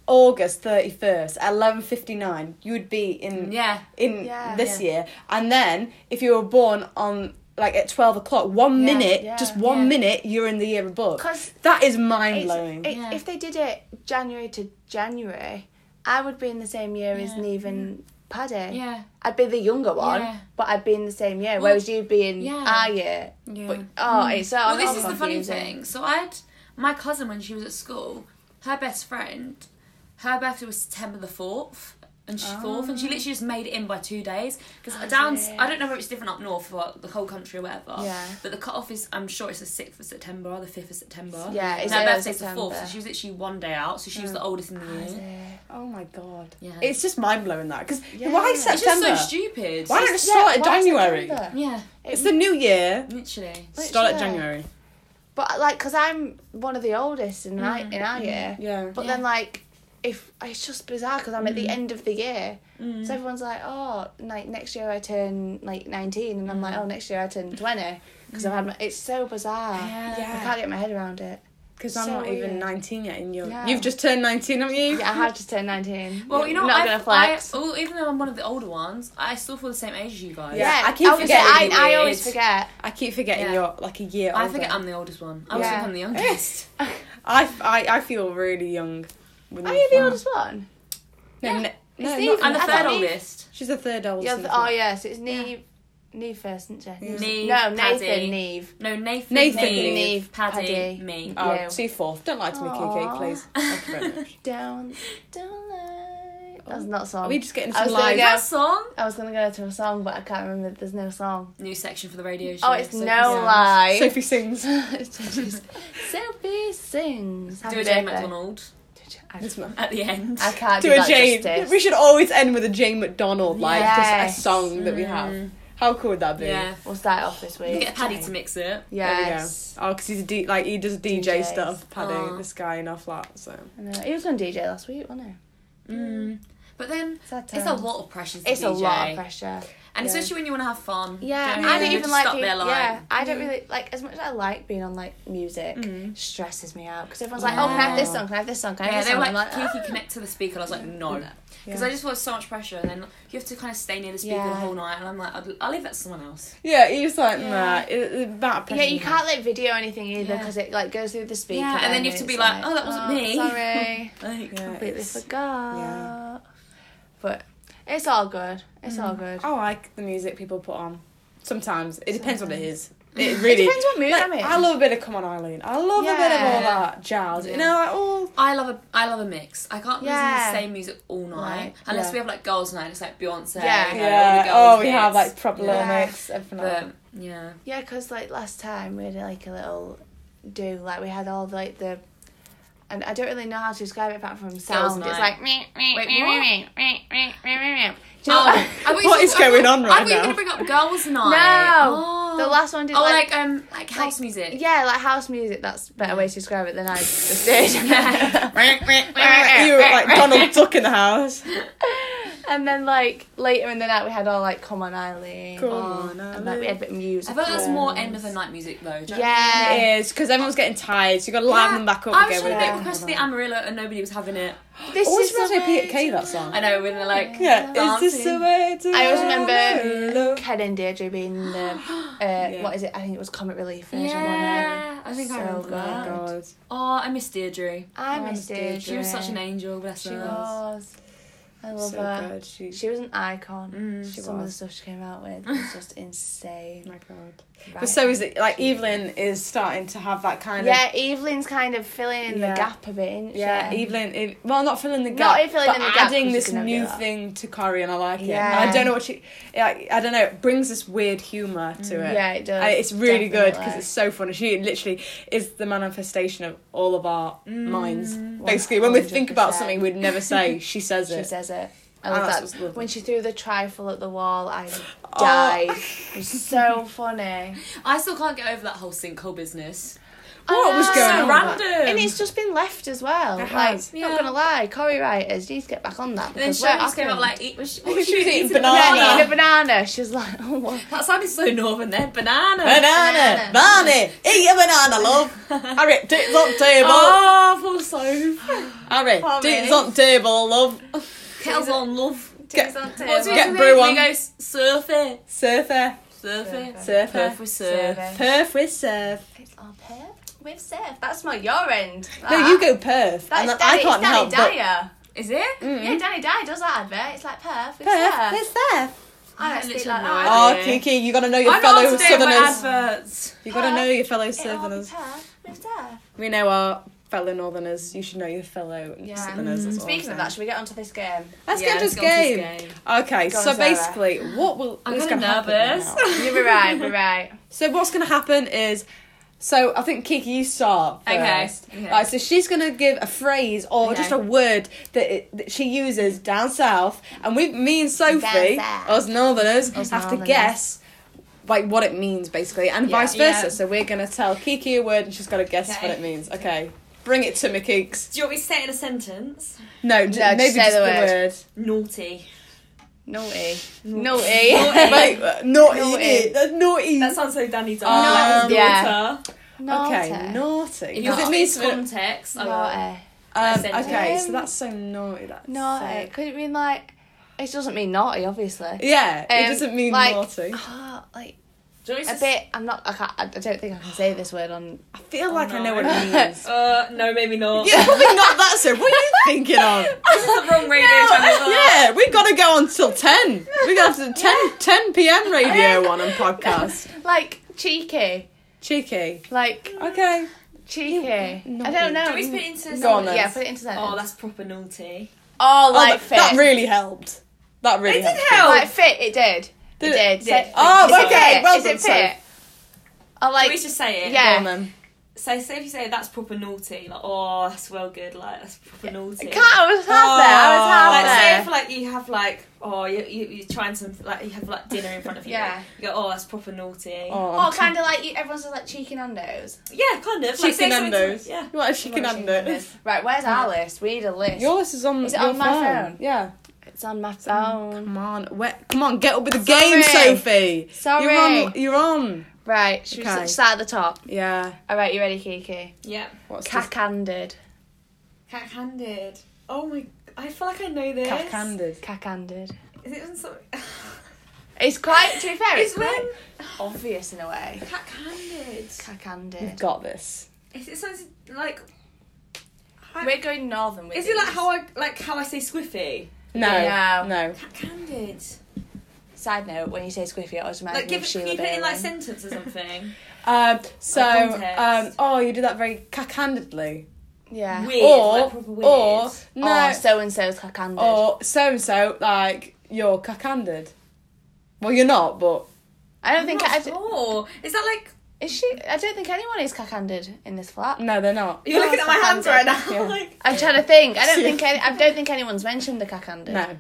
August 31st at 11:59, you would be in
Mm, Yeah.
in
Yeah.
this
Yeah.
year. And then if you were born on like at 12 o'clock, one
Yeah,
minute,
yeah,
just one
yeah.
minute, you're in the year above.
'Cause
that is mind
It's-
blowing.
it-
Yeah.
If they did it January to January, I would be in the same year as
Yeah.
Neve and Paddy.
Yeah.
I'd be the younger one,
Yeah.
but I'd be in the same year,
Well,
whereas you'd be in
yeah.
our year.
Yeah.
But, oh, it's so.
Well, this is the funny
um,
thing. So I had my cousin when she was at school. Her best friend, her birthday was September the fourth, and she fourth, and she literally just made it in by two days. Because down,
dear.
I don't know if it's different up north for the whole country or whatever.
Yeah.
But the cut off is, I'm sure it's the sixth of September or the fifth of September.
Yeah,
And
it's
her
early
birthday's the fourth, so
September.
she was literally one day out. So she was the oldest in the year.
oh my god.
Yeah.
It's just mind blowing that because
Yeah.
why
It's just
It's just
September?
so stupid.
why don't
Just-
it start at January?
Yeah,
It's the new year.
literally.
Start at
Literally.
January.
But uh, like, cause I'm one of the oldest in my in our year.
Mm-hmm. Yeah. Mm-hmm.
But then like, if it's just bizarre because I'm at the end of the year, so everyone's like, oh, like next year I turn like nineteen, and I'm like,
Mm.
oh, next year I turn twenty because I've had my. It's so bizarre.
Yeah.
I can't get my head around it.
Because I'm
So
not even
weird.
19 yet, and you're,
Yeah.
you've just turned 19, haven't you?
Yeah, I have just turned nineteen.
Well, you know,
not
what,
gonna
I,
flex.
I, oh, even though I'm one of the older ones, I still feel the same age as you guys.
Yeah. I keep
oh, yeah,
forgetting
I, I
you
always
is.
forget. [LAUGHS]
I keep forgetting
Yeah.
you're like a year older.
I forget I'm the oldest one. I was
Yeah.
think
[LAUGHS]
I'm the youngest.
[LAUGHS] I, f- I, I feel really young. when
Are
you
you the
fly.
oldest one?
No,
Yeah.
no, no,
Steve.
not-
I'm the
I
third
thought me-
oldest.
she's the third oldest.
Yeah.
in
th-
the
Oh,
flat.
yes. It's Neve. Neve first, isn't she?
Neve,
No, Nathan.
Paddy.
Neve.
No, Nathan,
Nathan,
Neve,
Neve,
Paddy,
Paddy.
me.
Oh,
Yeah.
see fourth. Don't lie to me, KK,
Aw.
please. Thank you very much.
[GASPS] Down, down. light. That's
Oh.
not a song.
Are we just getting
[LAUGHS]
some
I was gonna
live?
That
go-
song?
I was gonna go to a song, but I can't remember. There's no song.
New section for the radio show.
Oh, it's
so-
no
yeah.
lie. [LAUGHS]
Sophie sings.
[LAUGHS]
Sophie sings. Happy
Do a Jane
birthday.
McDonald
I,
This
just,
month.
at the end.
[LAUGHS] I can't do,
Do a
that
Jane.
justice.
We should always end with a Jane McDonald, like just a
Yes.
song that we have. How cool would that be?
[LAUGHS] Mm. Yeah.
We'll start off this
You
week.
get Paddy to mix it.
There we go.
Yes.
Oh, because he's a D- like he does DJ,
DJs.
stuff. Paddy,
Aw.
this guy in our flat. So
I know. He was on DJ last week, wasn't he?
Mm. But then
Sad
it's a
times.
lot of pressure. To
It's a
DJ.
lot of pressure. yeah.
and especially when you want to have fun.
Yeah,
don't you?
I don't
You
even
just
like.
stop
being-
there, like,
yeah, I don't really like as much as I like being on like music. Stresses me out because everyone's like, "Oh, can I have this song? Can I have this song? Can I
Yeah,
have this
they were
song?" I'm
like,
like,
"Can you
"Ah."
connect to the speaker?" I was like, "No," because
Yeah.
I just felt so much pressure, and then you have to kind of stay near the speaker the
Yeah.
whole night. And I'm like, "I'll, I'll leave that to someone else."
yeah, he's like
Yeah.
nah. It, it, that
Yeah, you
pressure.
can't like video anything either
Yeah.
because it like goes through the speaker.
Yeah, and then you have to
it's
be like, "Oh, that wasn't me." [LAUGHS]
Sorry,
Like,
Yeah,
completely
it's-
forgot.
yeah.
But it's all good. It's
Mm.
all good.
I like the music people put on. Sometimes it depends what it is. It really
depends what mood
Like,
I'm in.
I love a bit of Come On Eileen. I love a bit of all
Yeah.
that jazz. You
Yeah.
know, like oh, all.
I love a I love a mix. I can't listen
Yeah.
to the same music all night
Right,
unless
yeah.
we have like girls' night. It's like Beyonce.
Yeah.
you know, all the
Yeah.
girls'
Oh, we have like proper little
Yeah.
mix. Everything like that.
But yeah,
Yeah, because like last time we had like a little do, like we had all the, like the, and I don't really know how to describe it apart from sound. It's
night.
like me, me,
Wait,
me,
what?
me, me, me, me, me, me. [LAUGHS] Do you know
oh, I thought you
What
said-
is going on
I
right
thought you were
now?
gonna bring up girls' night.
No,
[LAUGHS]
the last one did
Oh,
like,
like, um, like house music.
yeah, like house music. That's a better way to describe it than I just
[LAUGHS]
did.
you were like Donald Duck in the house.
[LAUGHS] and then like later in the night we had all like Come On Eileen,
Come on,
and like we had a bit of music.
I felt that's more end of the night music though. don't you?
Yeah.
It is because everyone's getting tired, so you got to line
Yeah,
them back up
I was
again.
trying to
with
make
it.
requests for the Amarillo and nobody was having it.
This
Always
is the
reminds me of
way
Peter Kay that song.
I know when they're like,
Yeah,
dancing.
is this the way to
I always
Amarillo?
remember Ken and Deirdre being the
[GASPS]
uh, what is it? I think it was Comet Relief version. wasn't it?
Yeah, I think I
So
remember
good.
Oh,
that.
God.
Oh, I miss Deirdre.
I
Oh,
missed
Deirdre.
Deirdre.
She was such an angel, bless
She
her.
was. I love
so
her.
good. She,
She was an icon.
Mm.
She
Some of the
was.
stuff she came out
[LAUGHS]
with was just insane.
my God.
Right.
But so is it like Evelyn is starting to have that kind of
yeah, Evelyn's kind of filling in
Yeah.
the gap a bit, isn't
Yeah,
she?
Evelyn. Ev- well, not filling the
Not
gap,
filling
but
in the gap,
adding
she's
this
gonna
new
do that.
thing to Corrie, and I like it.
Yeah.
And I don't know what she. Like, I don't know. It brings this weird humor to it.
Mm, Yeah, it does.
And it's really good 'cause good because
definitely.
it's so funny. She literally is the manifestation of all of our
Mm,
minds. Basically, when we think about
100%.
something we'd never
[LAUGHS]
say, she says
She
it.
says it. I
Oh, that's
love
what's
that.
lovely. Oh.
When she threw the trifle at the wall, I died. It
[LAUGHS]
was so funny.
I still can't get over that whole sinkhole business.
What was
I
going
know.
on?
So random.
And it's just been left as well.
It
like,
has,
yeah.
not gonna lie, Corey writers need to get back on that.
And then
Because
Sharon
we're
just came up
offering-
[LAUGHS]
like, eat, was she,
She was eating
eating
banana.
Yeah, eat a banana. She was like, [LAUGHS] oh, what?
That sounded so northern then. Banana.
Banana,
Banana.
Barney, eat your
[LAUGHS]
banana, love. Harry, tits on table.
Oh,
[LAUGHS]
full soap.
Harry,
Harry.
tits on table, love.
Kettles on, love.
Get,
What's
Get
with
brew
it?
on.
They go surfer.
surfer,
Surfer.
surfer,
Surf with surf.
Perth with surf.
It's all Perth with Seth. That's not your end.
No, you go Perth.
That's
and I-
Uh-huh. Danny,
I can't
it's Danny
help but
Dyer.
Is it?
Mm.
Yeah, Danny Dyer does that advert. It's like Hmm? Perth with
Perth
Seth.
with surf.
I
I
don't speak
literally
like
know.
that.
Oh,
Yeah.
Kiki, you gotta know your
I'm not
fellow
on today with
Southerners.
adverts.
You gotta know your fellow
It'll be
Southerners.
Perth with Seth.
We know our fellow Northerners. You should know your fellow
Yeah.
Southerners as well.
Speaking of that, should we get onto this [LAUGHS] game?
let's
Yeah,
get
let's
this
go on to this
game.
game.
Okay,
Go on,
so
Sarah.
basically, what will
I'm
what's
getting
gonna happen
nervous. [LAUGHS]
now-
You were right, we're right.
So what's gonna happen is. So I think Kiki, you start
Okay,
first.
okay.
Right, so she's gonna give a phrase or
Okay.
just a word that, it, that she uses down south, and we, me and
Down
Sophie,
south.
us Northerners, have to
Northerners.
guess like what it means basically, and
Yeah.
vice versa.
Yeah.
So we're gonna tell Kiki a word, and she's got to guess
Okay.
what it means. Okay, bring it to me, Keeks.
Do you want me to say it in a sentence?
No, j-
No, just
maybe
say
just
the
the
word.
word.
Naughty.
Naughty. Naughty. [LAUGHS]
Like uh, naughty,
Naughty.
innit? That's naughty.
That sounds so Danny Dyer.
Um,
That was
yeah.
daughter.
Naughty.
okay, naughty.
If
Because
you
it
it
means um,
context. Oh. I will.
Naughty.
sentence.
okay. So that's so naughty. That's
Naughty.
So,
Could it mean like. It doesn't mean naughty, obviously.
yeah, it
Um,
doesn't mean
like-
naughty.
Ah, like
Do you want me
a
to say-
bit. I'm not. I, can't, I don't think I can say this word on.
I feel like I know what
no.
it means.
Uh, no, maybe not.
[LAUGHS] yeah, probably not that. So what are you thinking of?
This is the wrong radio channel.
Yeah, we gotta go on till ten. We gotta have to 10, 10 p.m. radio on and podcast.
[LAUGHS] Like cheeky.
Cheeky.
Like
Okay.
cheeky.
You-
I don't know.
Do we spit into
Go on then.
yeah, put it into sentence.
Oh, that's proper naughty.
Oh,
Oh,
like
that,
fit.
that really helped. That really
It did
helped.
help.
Like fit. It did.
Did
it
it?
did. Say-
Oh,
is it
okay,
fit?
well
is
done,
it fit? I
Like,
like.
we just say it.
yeah.
Go on then.
Say, say if you say that's proper naughty. Like, oh, that's well good. Like, that's proper naughty.
Can't. I was half there. I
Oh,
was half
Like,
there.
say if like you have like, oh, you you you're trying something like you have like dinner in front of you.
Yeah.
You go, oh, that's proper naughty.
Oh,
Oh, kind of like you, everyone's just like cheeky Nando's.
Yeah, kind of. like, say
chicken
something to-
Nando's.
Yeah.
You want a chicken Nando's?
Right,
[LAUGHS]
where's our list? We need a list.
Your list is on
Is it
your
on my phone?
Yeah.
It's on my phone.
Come on, where, come on, get up with the
Sorry.
game, Sophie.
Sorry.
You're on. You're on.
Right, should we
Okay.
s- start at the top?
Yeah.
All right, you ready, Kiki?
Yeah.
What's this?
Cack-handed.
Cack-handed. Oh my. I feel like I know this.
Cack-handed.
Cack-handed.
Is it on some?
[LAUGHS] It's quite, to be fair, it's,
It's
quite
when
obvious in a way.
cack-handed.
You've
Cack-handed.
got this.
Is it something like?
We're going northern with
Is it like
these.
how I like how I say squiffy?
No.
No.
No.
Candid.
Side note, when you say squiffy, it always reminds
Like,
me
give
of
it,
Sheila
can you put it in like
Bailey.
sentence or [LAUGHS] something?
Um, so,
context.
um, oh, you did that very cack-handedly.
Yeah. Oh,
weird,
or,
like proper weird. Oh,
or, no,
Or so-and-so's cack-handed.
or so-and-so, like, you're cack-handed. Well, you're not, but
I don't think... I,
Not sure. Is that like
is she... I don't think anyone is cack-handed in this flat.
no, they're not.
you're
No,
looking at my hands right
cack-handed.
now?
Yeah.
like
Mm. I'm trying to think. I [LAUGHS] don't think any, I don't think anyone's mentioned the cack-handed.
No.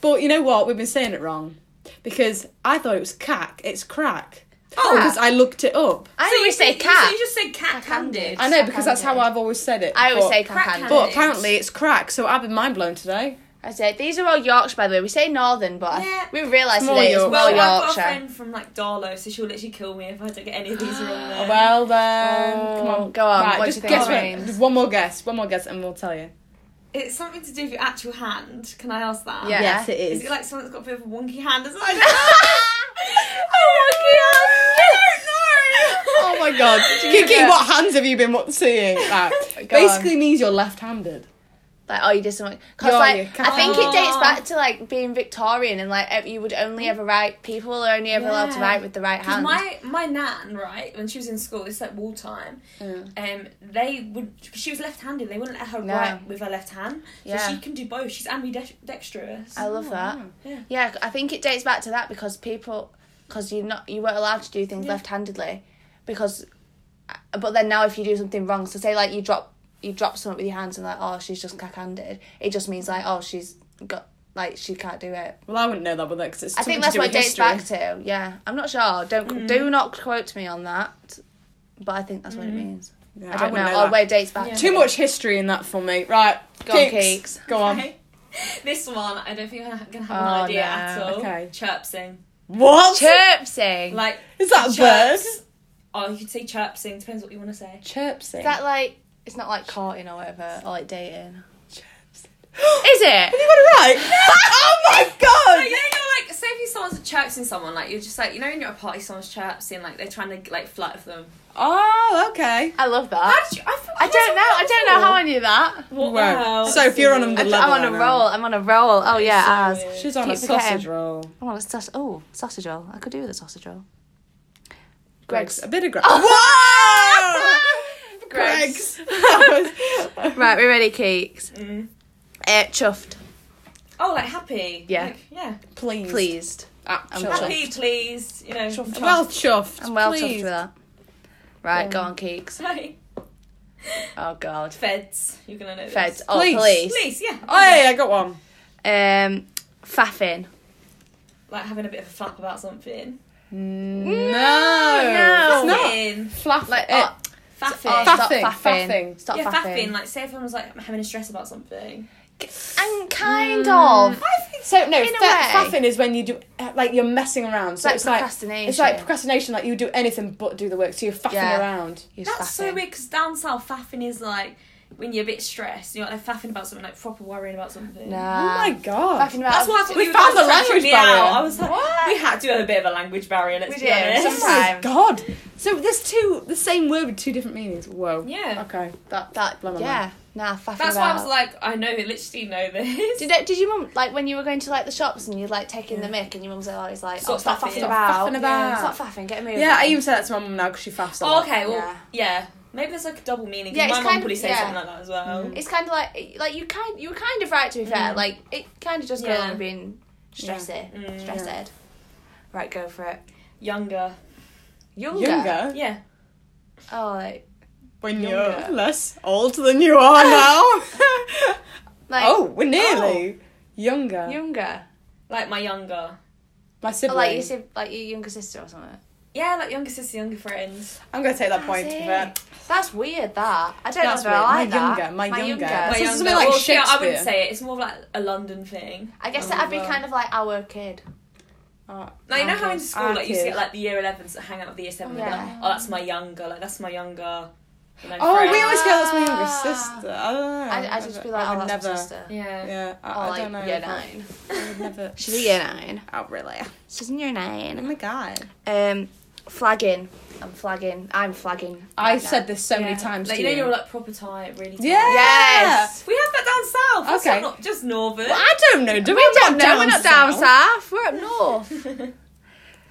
But you know what? We've been saying it wrong. Because I thought it was cack. It's crack.
Oh.
Because I looked it up.
I
so you
always say
you-
cat.
So you just say cat candid.
I know, because that's how
Cack-handed.
I've always said it.
I always
but-
say
crack
cack-handed.
handed.
But apparently it's crack, so I've been mind blown today.
I said these are all Yorkshire, by the way. We say northern, but
Yeah.
I, we realise
Small
today it's
York-
Well,
more
I've got a
Yorkshire.
friend from like Darlow, so she'll literally kill me if I don't get any of these wrong. There.
[GASPS]
[LAUGHS] Well then,
Oh,
come on,
go on,
Right,
what do
just
you think
guess
it
what-
means?
just one more guess, one more guess, and we'll tell you.
It's something to do with your actual hand. Can I ask that?
Yeah. Yes,
it
Is it like someone's got a bit of a wonky hand [LAUGHS] as well? I
[LAUGHS]
[LAUGHS]
Oh my god, Kiki,
forget?
what hands have you been what-
[LAUGHS]
seeing? Right. Basically means you're left-handed.
Like oh, you did something. Cause
Yeah,
like
yeah,
I think it dates
cack-handed.
back to like being Victorian and like ev- you would only ever write. People are only ever allowed to
Oh. Yeah.
write with the right
Because
hand.
my my nan, right, when she was in school, it's like war time. Um, they would. She was left-handed. They wouldn't let her
Mm. No.
write with her left hand. So
Yeah.
she can do both. She's ambidextrous. [LAUGHS]
I love that.
Oh, Yeah.
Yeah, I think it dates back to that because people, because you're not, you weren't allowed to do things left-handedly, because, uh, but then now if you do something wrong, so say like you drop, you drop something with your hands and like oh she's just cack-handed, it just means like oh she's got like she can't do it.
Well, I wouldn't know that, but because it's
I think
something
that's
to do
what it
with
dates
history.
back to. Yeah, I'm not sure. Don't do not quote me on that, but I think that's what it means.
Yeah,
I don't
wouldn't
know. oh,
that.
where it dates back.
Too
to.
much history in that for me. Right.
Go on,
Keeks,
Keeks.
Go on.
Okay. This one, I don't think I'm gonna have
Oh,
an idea
no.
at all.
Okay.
Chirpsing.
What?
Chirpsing.
Like
Is that a
chirps. Oh, you could say chirpsing. Depends what you want to say.
Chirpsing.
Is that like it's not like courting or whatever or like dating?
[GASPS] Is
Is
you got it
it? [LAUGHS]
right? oh my
Like, you
god!
know, you're like, say if you someone's chirpsing someone, like you're just like, you know, when you're at a party, someone's chirpsing, like they're trying to like flirt with them.
Oh, okay.
I love that.
How did you? I, thought-
I don't know. I don't know how I knew that.
What the
Wow.
hell?
So if you're on another
I'm
level,
I'm on a
now.
roll. I'm on a roll. Oh yeah,
so
as
She's on a
Keep forgetting.
sausage roll.
I want a sausage. Oh, sausage roll. I could do with a sausage roll.
Greg's
Greg's.
a bit of Greg.
[LAUGHS]
Whoa! Greg's. That was-
[LAUGHS] Right, we ready, Keeks.
Mm.
Uh, chuffed,
Oh, like happy.
Yeah.
Like, yeah.
please.
pleased.
Actually.
I'm
Happy, pleased. You know.
Chuffed. Well
[LAUGHS]
chuffed.
I'm well chuffed
please.
with that. Right, go on, Keeks.
Sorry.
Oh God.
Feds. You're gonna know.
Feds.
This.
Oh,
Please.
police.
Please. Yeah.
Oh yeah, I got one.
Um, faffing.
Like having a bit of a flap about something.
No, it's
Faffing.
not. Flaff-
Like,
it-
oh,
Faffing.
oh,
Faff-
stop
Uh, Faffing,
faffing.
faffing.
Stop
yeah,
faffing.
faffing. Like, say if I was like, I'm having a stress about something.
I'm kind of.
so no,
a
fa-
way.
faffing is when you do uh, like you're messing around. So
Like
it's like
procrastination.
it's like procrastination. Like you do anything but do the work. So you're faffing
Yeah.
around.
He's
That's so
faffing.
weird because down south, faffing is like when you're a bit stressed. You're like faffing about something, like proper worrying about something.
oh
Nah.
my god.
Uh, Faffing about.
That's why I thought
We
you
found
guys
a
were
language
me out.
barrier.
I was like, we had to have a bit of a language barrier. Let's
We
be
did.
Oh
honest.
Some-
my
Sometimes.
god. So there's two the same word with two different meanings. Whoa.
Yeah.
Okay. That
That.
Blow my
Yeah. Nah. Faffing about.
That's why I was like, I know, literally know this.
Did, it, did your mum like when you were going to like the shops and you'd like taking the mic and your mum's always like,
Stop
"Oh, stop
faffing.
faffing about,
Faffing about.
stop faffing, get a move."
Yeah,
on."
I even said that to my mum now because she faffs a
[LAUGHS] Oh,
lot.
okay, well,
Yeah.
yeah. Maybe there's like a double meaning. 'cause
Yeah, it's
my
kind
mum
of-
probably says
yeah.
something like that as well.
it's kind of like like you kind you were kind of right to be fair. Like it kind of just goes
Yeah.
on being stressed,
Mm.
stressed. Right, go for it.
Younger.
Younger.
Younger.
Yeah.
Oh, like,
When
Younger.
you're less old than you are now. [LAUGHS]
like
oh, we're nearly. Younger.
younger.
Like my younger.
My
Or
sibling.
like you said, like your younger sister or something.
Yeah, like younger sister, younger friends.
I'm gonna take that point.
That's
for
it.
that.
That's weird. That I don't
That's
know. if I
weird.
Like
My
that.
younger, my younger.
My
So it's
younger.
something like
well, see, I wouldn't
Shakespeare.
say it. It's more of like a London thing.
I guess that'd be kind of like our kid.
Oh,
Like you know how
okay.
in school,
Ah,
like you used to
kid.
get like the year 11s that hang out with the year 7 and be
Yeah.
like, oh, that's my younger. Like that's my younger. you know,
Oh, we
friend.
always feel that's my younger
Ah.
sister. I don't know.
I would just be like,
I
oh,
would
that's
never.
my sister.
Yeah.
Yeah, I,
Or
I
like
don't know.
year
if I-
nine.
I would never.
She's a year nine.
Oh, really?
She's in year
Oh
nine.
my god.
Um, flagging. I'm flagging. I'm flagging.
I've
right now.
said this so
Yeah.
many times.
Like
to
you know, you're like proper tight, really. Tight.
Yeah.
Yes.
We have that down south. That's
Okay.
not just northern.
Well, I don't know. Do we,
We don't
want
know. We're not down
south?
south. We're up north.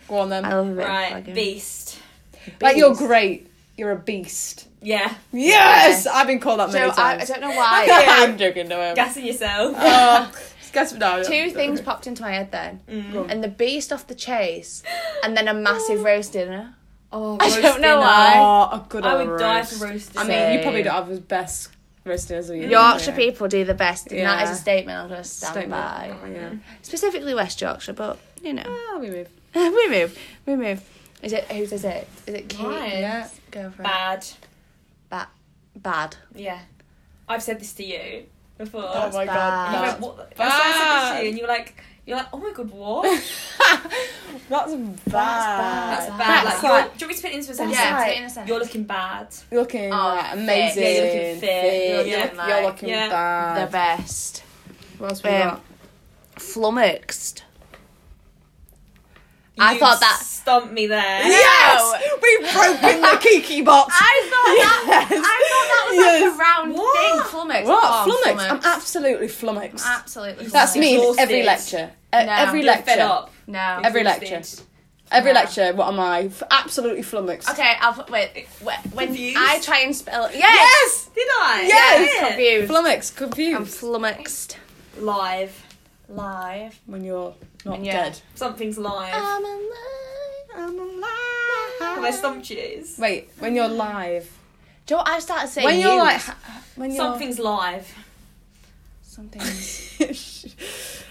Go on then.
I love a bit of
[LAUGHS] Right,
flagging.
beast.
Like you're great. You're a beast.
Yeah,
Yes, I've been called that many
So I, I
times.
don't know [LAUGHS] why.
[LAUGHS] I'm joking. No, I'm. [LAUGHS]
gassing yourself. [LAUGHS]
Oh, guess no.
Two things popped into my head then,
Mm.
and the beast off the chase, and then a massive roast dinner.
Oh,
I don't
roast
know
dinner.
why.
Oh, a good
I
old
would die
roast.
for roast
I
dinner.
mean, you
Same.
probably don't have the best roast dinners.
Yorkshire people do the best, and that
Yeah.
is a statement I'm going to stand
Statement.
by.
Oh, Yeah.
Specifically West Yorkshire, but you know, [LAUGHS]
Ah, we move.
we move, we move. Is it who does it? Is it Kate?
Mine.
Yeah.
Go for it.
Bad.
Bad.
Yeah, I've said this to you before.
Oh my
And you
bad.
went, what? the- I said this to you, and you were like, you're like, oh my god, what?
god. [LAUGHS] That's bad.
That's
That's
bad.
That's like-
Like, you're, do you want me to put it into a sentence?
Yeah,
like-
put it in a sentence.
You're looking bad.
You're looking
Oh,
like,
fit.
amazing.
Yeah, you're looking fit.
You're,
You're
looking,
looking
you're
like-
looking
yeah.
bad.
the best.
What else we
Um,
got?
flummoxed. I
You
thought that-
stumped me there.
Yes! We've broken the kiki box.
I thought that.
Yes.
I thought that was
Yes.
like a round
What?
thing. Flummoxed.
What?
Oh,
flummoxed. I'm
flummoxed.
absolutely flummoxed.
absolutely.
That's me in
Exhausted.
every lecture. E-
No,
every
You're fed
lecture.
up.
No.
Every
Exhausted.
lecture. Every
No.
lecture, what am I? F- Absolutely flummoxed.
Okay, I'll put, wait. wait, When
Confused?
I try and spell, yes,
Yes!
Did I?
Yes!
Yeah.
confused.
Flummoxed,
I'm
confused.
flummoxed.
Live.
Live.
when you're not
Yeah.
dead.
Something's live.
I'm alive.
I'm
Have I
alive.
stumped you?
Wait, when you're live.
Do you know what I started saying?
When you're
you.
like. ha- When you're. [LAUGHS]
Something's live.
something.
it's
It's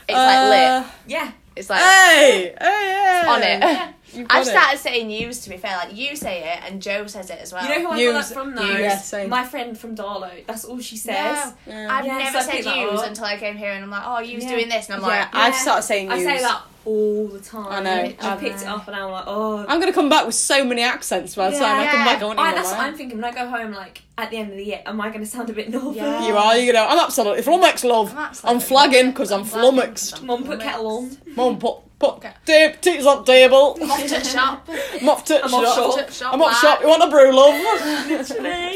like lit.
Yeah.
It's like
Uh, Hey! Hey! hey.
on it. [LAUGHS]
You've Uh, got
I've
it.
started saying yous to be fair. Like you say it and Joe says it as well.
You know who I
Use-
got that from though?
use. Yeah, same.
My friend from Darlow. That's all she says.
No,
Yeah.
I've
Yeah,
never
so I
said
picked that
yous
up.
until I came here and I'm like, oh, yous
Yeah.
doing this, and I'm
yeah,
like,
I've
yeah.
started saying
I
use.
say that all the time.
I know.
I
I've-
picked it up and I'm like, oh.
I'm gonna come back with so many accents by the time I come
Yeah.
back. I won't
I,
even
that's what I'm
lie.
thinking. When I go home, like at the end of the year, am I going to sound a bit [LAUGHS] northern?
Yeah.
You are, you know. I'm absolutely flummoxed, love.
I'm
I'm,
absolutely
flagging because I'm
flagging 'cause
flummoxed.
I'm
Mum, put kettle on.
Mum, put put
Okay.
ta- tits on table.
Off to shop.
I'm off to
I'm off
shop.
shop.
shop
I'm off
lad.
shop. You want a brew,
[LAUGHS]
love?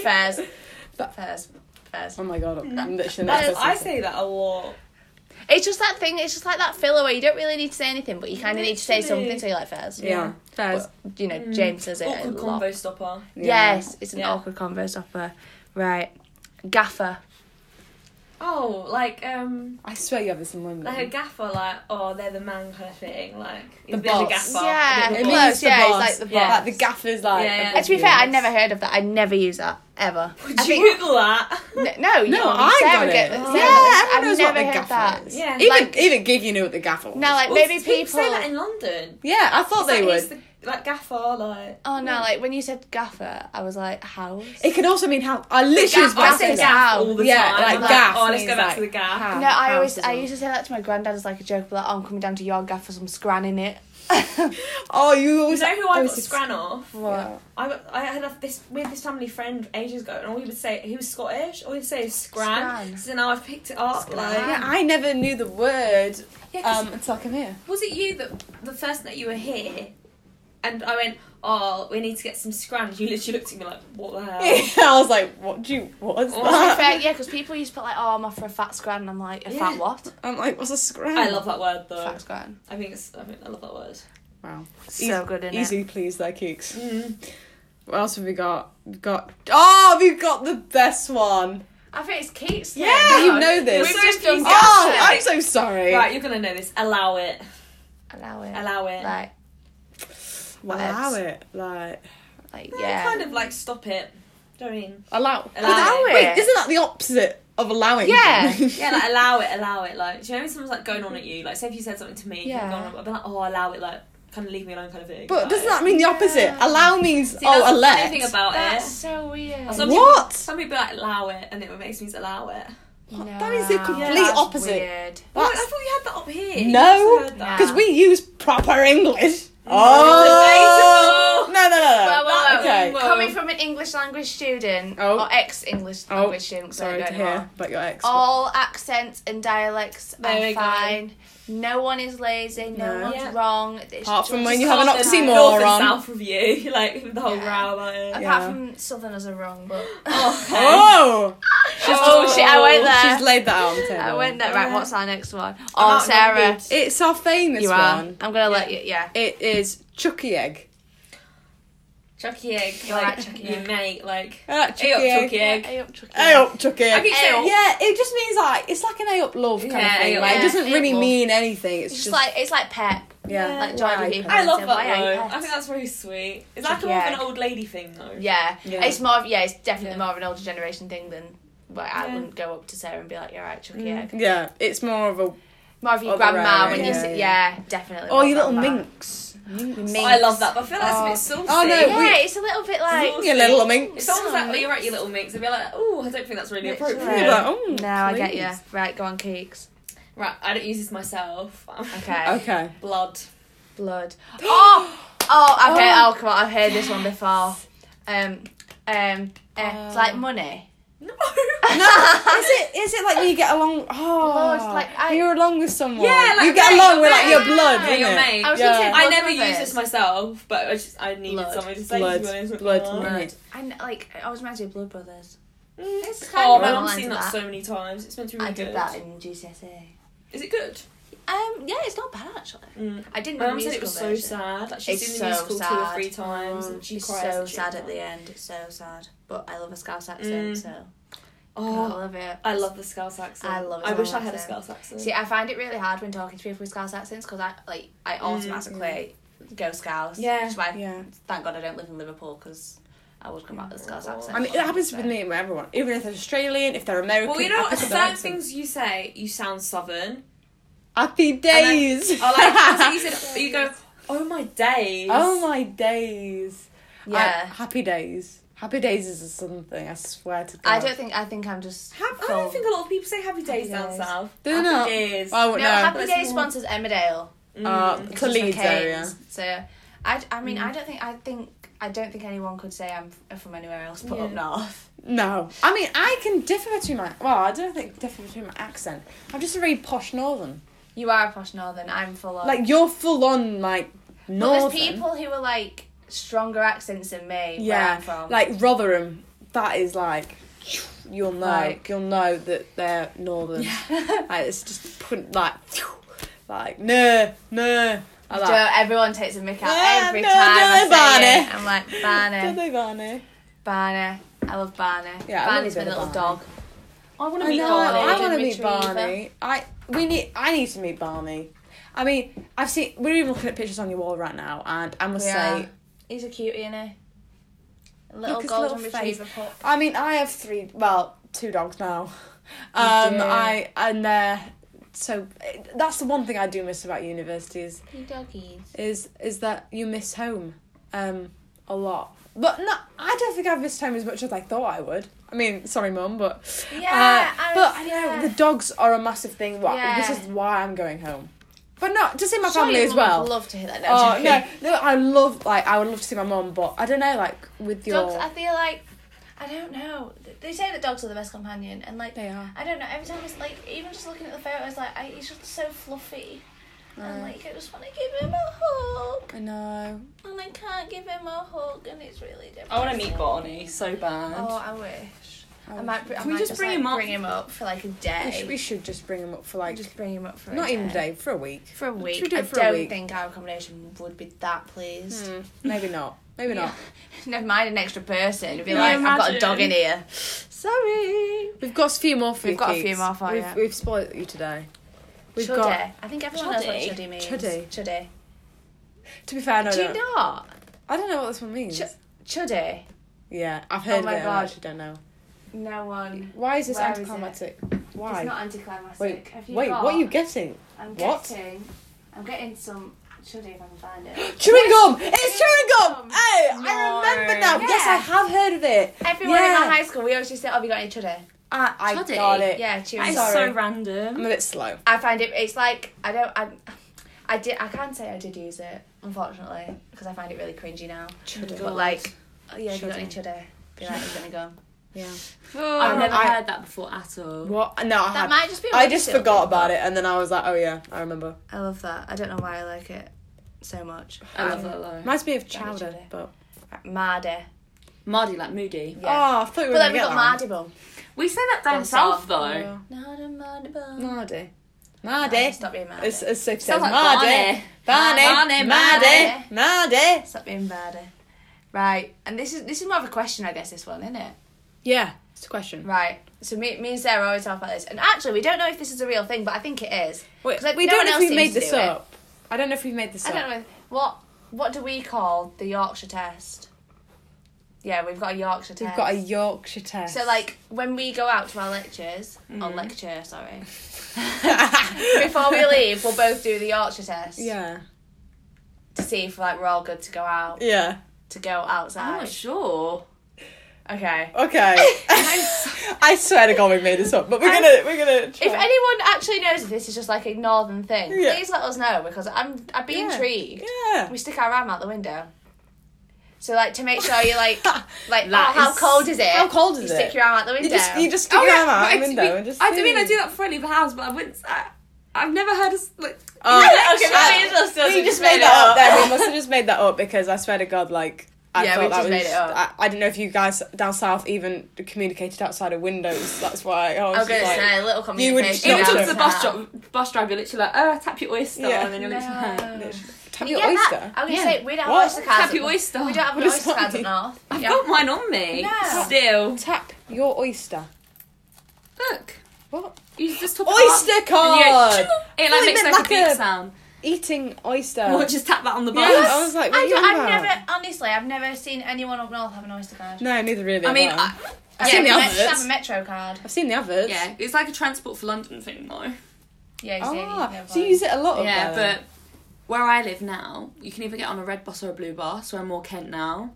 Fairs.
That-
Fairs. Fairs.
oh my god, I'm literally
That
not
is, I say that a lot.
It's just that thing, it's just like that filler where you don't really need to say anything, but you kind of need to say
Literally.
something, so you like fairs.
Yeah, Mm.
But, you know, James says it. a
Awkward
lot.
convo stopper.
Yes, it's an
Yeah.
awkward convo stopper. Right. Gaffer.
Oh, like um,
I swear you have this in London.
like a gaffer, like oh, they're the man kind of thing. Like
The
he's a bit of a
boss.
gaffer.
Yeah.
a bit
it
of a
Close,
means the
yeah, it's
boss.
like the
Yeah. boss.
Like the gaffer's like.
Yeah, yeah.
above
to be fair, I
you.
never heard of that. I never use that ever.
boss. Would
I
you
think-
Google that?
N- [LAUGHS] No,
No,
you-
I
Sarah
got it.
get-
Yeah,
Sarah
everyone
I've
knows what
never
the
heard
gaffer
that.
is.
Yeah.
Even
Like-
even Gig, you knew what the gaffer was.
Now, like
Well,
maybe
people
people.
say that in London.
yeah, I thought
It's
they
like,
would.
he's the like gaffer, like
Oh no! Like when you said gaffer, I was like house.
It could also mean how I literally was
Gaff- I
gaff
said
is-
gaff.
all the
yeah,
time.
like
I'm
gaff
Oh, let's
means
go back
like
to the gaff.
how-
no, I
house
always
as
I
well.
used to say that to my granddad as like a joke, like, "Oh, I'm coming down to your gaff for some scran in [LAUGHS] it."
Oh, you
You
always
know who I got
always said-
scran off?
Wow.
I got, I had a, this with this family friend ages ago, and all he would say he was Scottish. All he'd say is scran.
Scran.
So now I've picked it up.
Yeah,
Like,
I never knew the word
yeah, 'cause
um, until I came here.
was it you that the first night you were here? And I went, oh, we need to get some scran. You literally looked at me like, what the
[LAUGHS]
hell?
I was like, what do you, what's
Oh,
To be
that?
fair, yeah, because people used to put like, "Oh, I'm off for a fat scran," and I'm like, "A
Yeah.
fat what?
[LAUGHS] I'm like, what's a scram?
I love that word though.
Fat scran."
I think it's. I think I love that word.
Wow.
So good in it.
Easily pleased their kicks.
Mm.
What else have we got? We've got, oh, we've got the best one.
I think it's Keats.
Yeah, you know this.
We've just done
Oh,
gaffer.
I'm so sorry.
Right, you're gonna know this. Allow it.
Allow it.
Allow it.
Like,
Allow it. Like,
like yeah.
Kind of like stop it. Do you know what I mean?
allow,
Allow
it.
Wait, isn't that the opposite of allowing?
Yeah.
something?
Yeah, like allow it, allow it. Like, do you know when someone's like going on at you? Like, say if you said something to me,
Yeah.
yeah. going on, I'd be like, oh, allow it, like, kind of leave me alone, kind of
[LAUGHS]
thing.
But
like,
doesn't that mean the opposite?
Yeah.
Allow means
See, that's
oh,
the funny
elect.
thing about
That's
it.
so weird.
Some
What?
People, some people like allow it, and it makes me allow it.
That is the
No.
complete
that's
opposite.
Weird.
Oh, I
That's-
thought you had that up here. You
No.
must have heard that.
Because we use proper English.
Oh,
Oh! No, no, no, no.
Well, well, well,
okay.
well.
Coming from an English language student
Oh.
or ex-English
Oh,
language student, sorry,
Sorry to
don't
hear about your ex.
All accents and dialects
There
are
we go.
fine. No one is lazy. No,
No.
one's
Yeah.
wrong. It's
Apart from
just-
when you have an
North and-
oxymoron.
North and South review, [LAUGHS] like the whole
Yeah.
row about it.
Apart
Yeah.
from Southerners are wrong, but
Oh, okay.
Oh!
oh, shit, I went there.
She's laid that out on the table.
I went there. Right,
Yeah.
what's our next one? Oh, Sarah,
outnumbered.
It's our famous
you are.
one.
I'm gonna let you. Yeah,
It is Chucky Egg.
Chucky egg,
You're
like
right, Chucky
your
egg.
mate, like
I like
hey up,
Chucky Egg.
Chucky egg.
Hey up, Chucky.
A up Chucky
I
Egg.
keep saying,
Yeah, it just means like it's like an A up love kind
Yeah,
of thing.
A up
Like,
love.
it doesn't
Yeah,
really
A up love.
mean anything. It's, just,
It's just like it's like Pep.
yeah,
like
why
Johnny
I-
Depp.
I love
Yeah,
that
why are you
though. I
pets?
think that's very sweet. It's
Chucky
like more of
egg.
an old lady thing though.
Yeah.
Yeah.
It's more of yeah, it's definitely
Yeah.
more of an older generation thing than like I
Yeah.
wouldn't go up to Sarah and be like, You're right, Chucky egg.
Yeah, it's more of a
More of your
Other
grandma
eye,
when you
yeah,
see yeah,
yeah.
definitely.
oh,
more
you little
grandma.
minx. Minx.
I love that, but I feel like
Oh.
that's a bit saucy.
Oh, no,
Yeah,
we-
it's a little bit like
You little minx.
If someone's like,
Some
oh, you're right, you little mix, I'd be like, oh, I don't think that's really
Literally.
appropriate.
Yeah.
Like, oh,
No, I get
please.
you. Right, go on, Keeks.
Right, I don't use this myself. [LAUGHS]
Okay.
Okay.
Blood.
Blood. [GASPS] Oh Oh I've heard oh come on, I've heard this one before. Um um eh, it's like money.
[LAUGHS] No.
Oh. [LAUGHS] No, is it is it like when you get along? Oh,
Blood, like, I-
you're along with someone.
Yeah, like
you get
mate,
along with
your
like
mate.
your blood,
Yeah,
isn't
your
it?
mate. I
was
yeah.
gonna say blood.
I never use
brothers.
this myself, but I just I needed
Blood.
somebody to say
Blood.
to be honest.
Blood.
Oh.
Blood.
Blood. And like I was meant to do blood brothers.
Mm.
It's kind
Oh,
of
my
along
mum's
lines
seen
of that.
that so many times. It's meant to be really
I did
Mm. good.
that in GCSE.
Is it good?
Um, yeah, it's not bad actually.
Mm.
I didn't.
My
know
mum said it
musical
was so
version.
sad. Like she's
It's
seen
so
the musical two or
sad. Mm.
three times, and she
It's
cries.
so
and she
sad
cries.
at the end. It's so sad. But I love a Scouse accent,
Mm.
so I
Oh,
love it.
I love the Scouse accent.
I love
I
the
wish I
Scouse
had a
accent.
Scouse accent.
See, I find it really hard when talking to people with Scouse accents because I like I automatically go Scouse.
Mm, Yeah.
Which is why,
Yeah.
Thank God I don't live in Liverpool because I would come out with a Scouse accent.
I mean, it happens
[LAUGHS]
with me and with everyone. Even if they're Australian, if they're American.
well, you know,
I pick
what?
up their
certain
accent.
things you say, you sound southern.
Happy days.
Oh,
[LAUGHS]
like that's what you said, you go, oh my days.
oh my days. I-
Yeah.
happy days. Happy days is a southern thing. I swear to God.
I don't think I think I'm just.
Hap- I
full-
don't think a lot of people say happy
Happy
days down
days.
south.
Do they
happy
not?
days.
I won't
No,
know.
Happy
That's
Days
more-
sponsors Emmerdale.
uh,
Mm.
It's just
Toledo,
McCain's.
yeah.
So, I, I mean, I don't think I think I don't think anyone could say I'm f- from anywhere else but up
Yeah.
north.
No, I mean I can differ between my well, I don't think differ between my accent. I'm just a very posh northern.
[LAUGHS] You are a posh northern. I'm full on.
Like you're full on like
but
northern.
there's people who are like stronger accents than me. where
yeah,
I'm from. [LAUGHS]
like Rotherham. That is like you'll know,
Like-
you'll know that they're northern. [LAUGHS] like it's just put like like no no. I
Joe,
like.
everyone takes a mick out
Yeah,
every
no,
time I
no,
say
Barney.
it. I'm
[LAUGHS]
like
Don't
Barney,
they, Barney?
Barney. I love Barney.
Yeah, I love
Barney's
a
my
bit of
little
Barney.
dog. I want
I know. I want to meet Barney. I we need. I need to meet Barney. I mean, I've seen. We're even looking at pictures on your wall right now, and I must
We
say,
are. He's a cutie, isn't he? A little
his
golden
little face.
retriever pup.
I
[LAUGHS]
mean, I have three, well, two dogs now. Um,
do.
I and they're so that's the one thing I do miss about university is
You doggies.
is is that you miss home um a lot. But no, I don't think I've missed home as much as I thought I would. I mean, sorry, mum, but uh,
Yeah, I
but
was-
I know
yeah.
the dogs are a massive thing. What
Yeah.
this is why I'm going home, but not to see my
Surely
family as
mum would
well.
love to hear that. No,
Oh
I'm
no,
joking.
no, I love like I would love to see my mum, but I don't know like with your
Dogs, I feel like. I don't know. They say that dogs are the best companion, and like
They are.
I don't know. Every time it's like, even just looking at the photos, like I, he's just so fluffy, and like I just want to give him a hug,
I know.
and I can't give him a hug, and it's really difficult.
I want to meet Barney so bad.
Oh, I wish. I, might. Br- I
Can we
might
just bring
like,
him up?
Bring him up for like a day.
We should, we should just bring them up for like
just bring him up for
not
a
even a day for a week.
For a week,
we do it
I
for a
don't
week?
think our accommodation would be that pleased.
Mm, maybe not. Maybe not.
Never mind an extra person. You'd be
Yeah,
like, I've got a
imagine.
dog in here. Sorry.
We've got a few more for
We've
you.
got a
Keats.
few more for
we've,
you.
We've spoiled you today. We've
chuddy.
got.
I think everyone knows what
Chuddy?
chuddy means.
Chuddy.
Chuddy.
To be fair, I don't
Do
know.
you not?
I don't know what this one means.
Ch- chuddy.
yeah, I've heard
Oh my
of it.
God.
I actually don't know.
No one.
Why is this
Where is it?
anticlimactic?
It's
Why?
not anticlimactic.
Wait,
Have you
wait.
got?
What are you getting?
I'm
what?
getting. I'm getting some chuddy if I can
[GASPS]
find it.
Chewing gum. It's chewing gum.
gum.
Oh, I remember now.
No.
Yes, I have heard of it.
Everyone in
Yeah.
our high school, we always used to say, "Oh, have you got any chuddy?"
I, I
Toddy?
got it.
Yeah, chewing
that is
gum.
sorry.
so random.
I'm a bit slow.
I find it. It's like I don't. I, I did. I can say I did use it, unfortunately, because I find it really cringy now. But like, oh, yeah, if you got any chudder, be like, you're gonna go.
Yeah.
I've
Um,
never
I-
heard that before at all.
What? No, I
That
have.
might just be. a
I just
windowsill
forgot
thing,
about
though.
it, and then I was like, oh yeah, I remember.
I love that. I don't know why I like it so much. Um,
I love that though.
Reminds me of chowder,
chowder.
but
Mardy.
Mardy, like Moody.
Yeah.
oh, I thought we
but
were gonna
then we
get
got
that.
Mardy bum.
We say that down
Down south.
south, though.
Not a Mardy bum.
Mardy.
Mardy,
Mardy.
Stop being Mardy.
As, as Sif says,
Sounds like
Mardy. Barney.
Barney,
Mardy. Mardy.
Stop being Mardy. Right, and this is this is more of a question, I guess. This one, isn't it?
Yeah, it's a question.
Right. So me, me and Sarah always talk about this, and actually, we don't know if this is a real thing, but I think it is.
Wait,
'Cause, like,
we
no
don't
one
know if
else
we
seems
made
to
this
do it.
up. I don't know if we made this
I
up.
don't know what what do we call the Yorkshire test? Yeah, we've got a Yorkshire test.
We've got a Yorkshire test.
so
[LAUGHS]
like when we go out to our lectures or
Mm-hmm.
lecture, sorry, [LAUGHS] before we leave, we'll both do the Yorkshire test
yeah.
to see if like we're all good to go out
Yeah.
to go
I'm
outside.
not sure.
okay. [LAUGHS]
Okay. [LAUGHS] I swear to God, we made this up, but we're
I'm-
gonna we're gonna. Try.
If anyone actually knows if this is just like a northern thing,
Yeah.
please let us know because I'm I'd be
Yeah.
intrigued.
yeah.
We stick our arm out the window. So like to make sure
[LAUGHS]
you like like oh,
That
how
is-
cold is it?
How cold
You
is
stick
it?
your arm out the window.
You just you
Oh,
just stick your arm out
Oh, but
the
it's-
window
we-
and just.
I do mean I
see.
do that for any of the house, but I wouldn't. I, I've never heard us like.
Oh,
[LAUGHS]
okay, that is us doesn't
we just
made
made that up.
[LAUGHS]
Then we must have just made that up because I swear to God, like I
Yeah,
thought
we've
that
just
was.
made it up.
I, I don't know if you guys down south even communicated outside of windows. That's why I was,
I was gonna
like,
say Oh, a little
You would
communication.
Yeah,
Even
not
took
true.
to the bus drop, bus drive, you're literally like, oh, tap your oyster,
Yeah.
and then you're literally like,
No.
tap
You
your
get
oyster.
that? I was
Yeah.
gonna say we don't have
What?
oyster cards.
tap your oyster.
We don't have an
What does
oyster
that
cards up
mean?
north.
I've
Yeah.
got mine on me.
No.
Still,
Tap your oyster.
look.
What?
You just top it
Oyster
up, and you
card!
go, It like
Well, it
makes
meant like
like, a
a-
beep sound.
Eating oyster.
Or just tap that on the bus.
Yes. I was like, what
I
are you on
have
about?
never honestly I've never seen anyone up north have an oyster card.
No, neither really.
I mean,
have
I,
I've
seen
never
the
met- just
others.
have a metro card.
I've seen the others.
yeah, it's like a transport for London thing though.
Yeah, you see, you
Ah,
have
so you
one.
use it a lot. up
Yeah,
there, then?
but where I live now, you can either get on a red bus or a blue bus. So I'm more Kent now.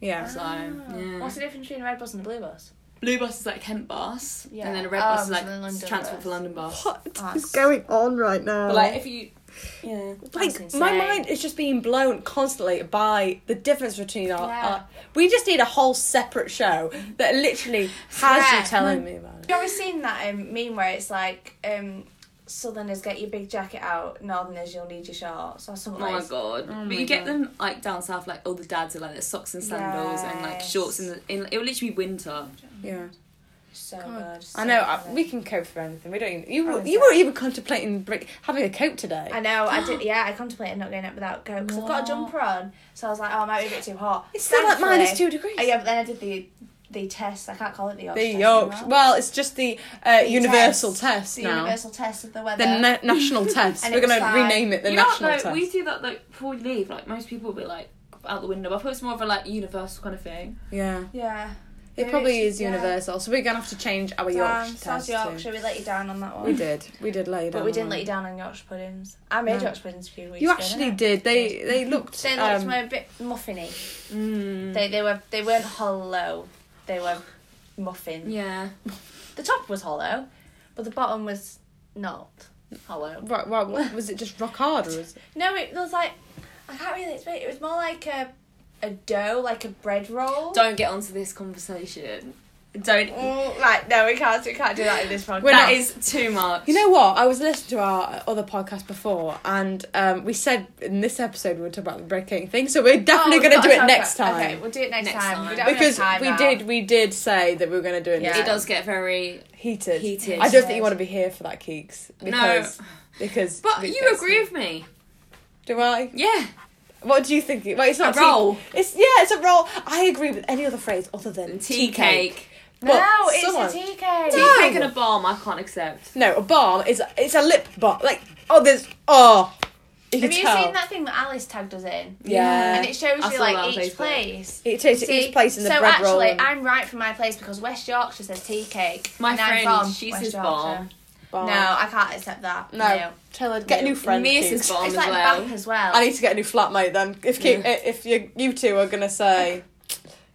yeah.
So
Ah.
yeah.
What's the difference between a red bus and a blue bus?
blue bus is like Kent bus,
Yeah.
and then a red
Oh,
bus is
so
like
the London
transport
bus.
for London bus.
What
Ah,
is going on right now?
But like if you, oh yeah,
Like
That's
my
insane.
mind is just being blown constantly by the difference between our.
Yeah.
our- we just need a whole separate show that literally has
Yeah.
you telling me about it.
Have you ever seen that um, meme where it's like, um, Southerners get your big jacket out, Northerners you'll need your shorts or
oh
something
my
like
god. but you get them like down south, like all the dads are like their socks and sandals and like
Yes.
shorts in the. In, it will literally be winter.
Yeah,
So
God.
good. so
I know. I,
good.
we can cope for anything. We don't. Even, you were,
Oh,
you were even contemplating break, having a coat today.
I know. I
[GASPS]
did. Yeah, I contemplated not going out without coat because I've got a jumper on. So I was like, oh, it might be a bit too hot.
It's still like
Thankfully-
minus two degrees.
Oh, yeah, but then I did the the test. I can't call it the Yorkshire.
The
test
Yorks.
anymore.
Well, it's just the, uh,
The
universal test,
The
now.
universal test of the weather.
the na-
[LAUGHS]
national test.
And
We're
it was
gonna
like-
rename it the
you know what
national
though?
test.
We do that like before we leave. Like most people will be like out the window. But I thought it's more of a like universal kind of thing.
Yeah.
yeah.
It
Maybe
probably
it's-
is
yeah.
universal, so we're gonna have to change our
Damn,
Yorkshire
South
test.
Yorkshire, we let you down on that
too.
one.
We did. We did lay you down.
But we
on
didn't
that.
let you down on Yorkshire puddings. I made
No.
Yorkshire puddings a few weeks
You
ago.
actually
didn't
did. They they looked. [LAUGHS]
I? They looked
um,
more a bit muffiny.
mm,
They they were they weren't hollow. They were muffin.
Yeah.
The top was hollow, but the bottom was not hollow.
right, right, [LAUGHS] what- was it just rock hard or was it?
No, it was like I can't really explain. It was more like a a dough, like a bread roll.
Don't get onto this conversation. Don't.
Mm, right, no, we can't. We can't do that in this podcast.
We're
That
not.
is too much.
You know what? I was listening to our other podcast before, and um, we said in this episode we would talk about the bread cake thing, so we're definitely
Oh,
going to
we've
do
got
it
talk
next
about-
time.
Okay, we'll do it next,
Next
time.
time.
We don't have
because
time
we
now.
did we did say that we were going to do it
Yeah.
next
it does get very.
heated.
Heated.
I don't think you want to be here for that, Keeks. Because,
no,
Because.
but
it
you
gets-
agree with me.
Do I?
Yeah.
What do you think? Well, it's not
A
tea-
roll.
It's yeah, it's a roll. I agree with any other phrase other than
Tea cake. Oh.
No,
But
it's
someone-
a tea
No.
cake.
Tea cake and a balm. I can't accept.
No, a balm is it's a lip balm. Like oh, there's oh. You can
Have you
tell.
seen that thing that Alice tagged us in?
Yeah.
And it shows
I
you
saw that on
like each
Facebook.
place.
It takes
See,
each place in the
so
bread
actually,
roll. and
I'm right for my place because West Yorkshire says tea cake.
My
and I'm
friend,
from
she
West
says
Yorkshire.
balm.
balm.
No, I can't accept that.
No. Tell her get a new friend.
Mace is
Keeks.
balm
It's
as
like
well.
back as well.
I need to get a new flatmate then. If Ke-
Yeah.
if you you two are gonna say,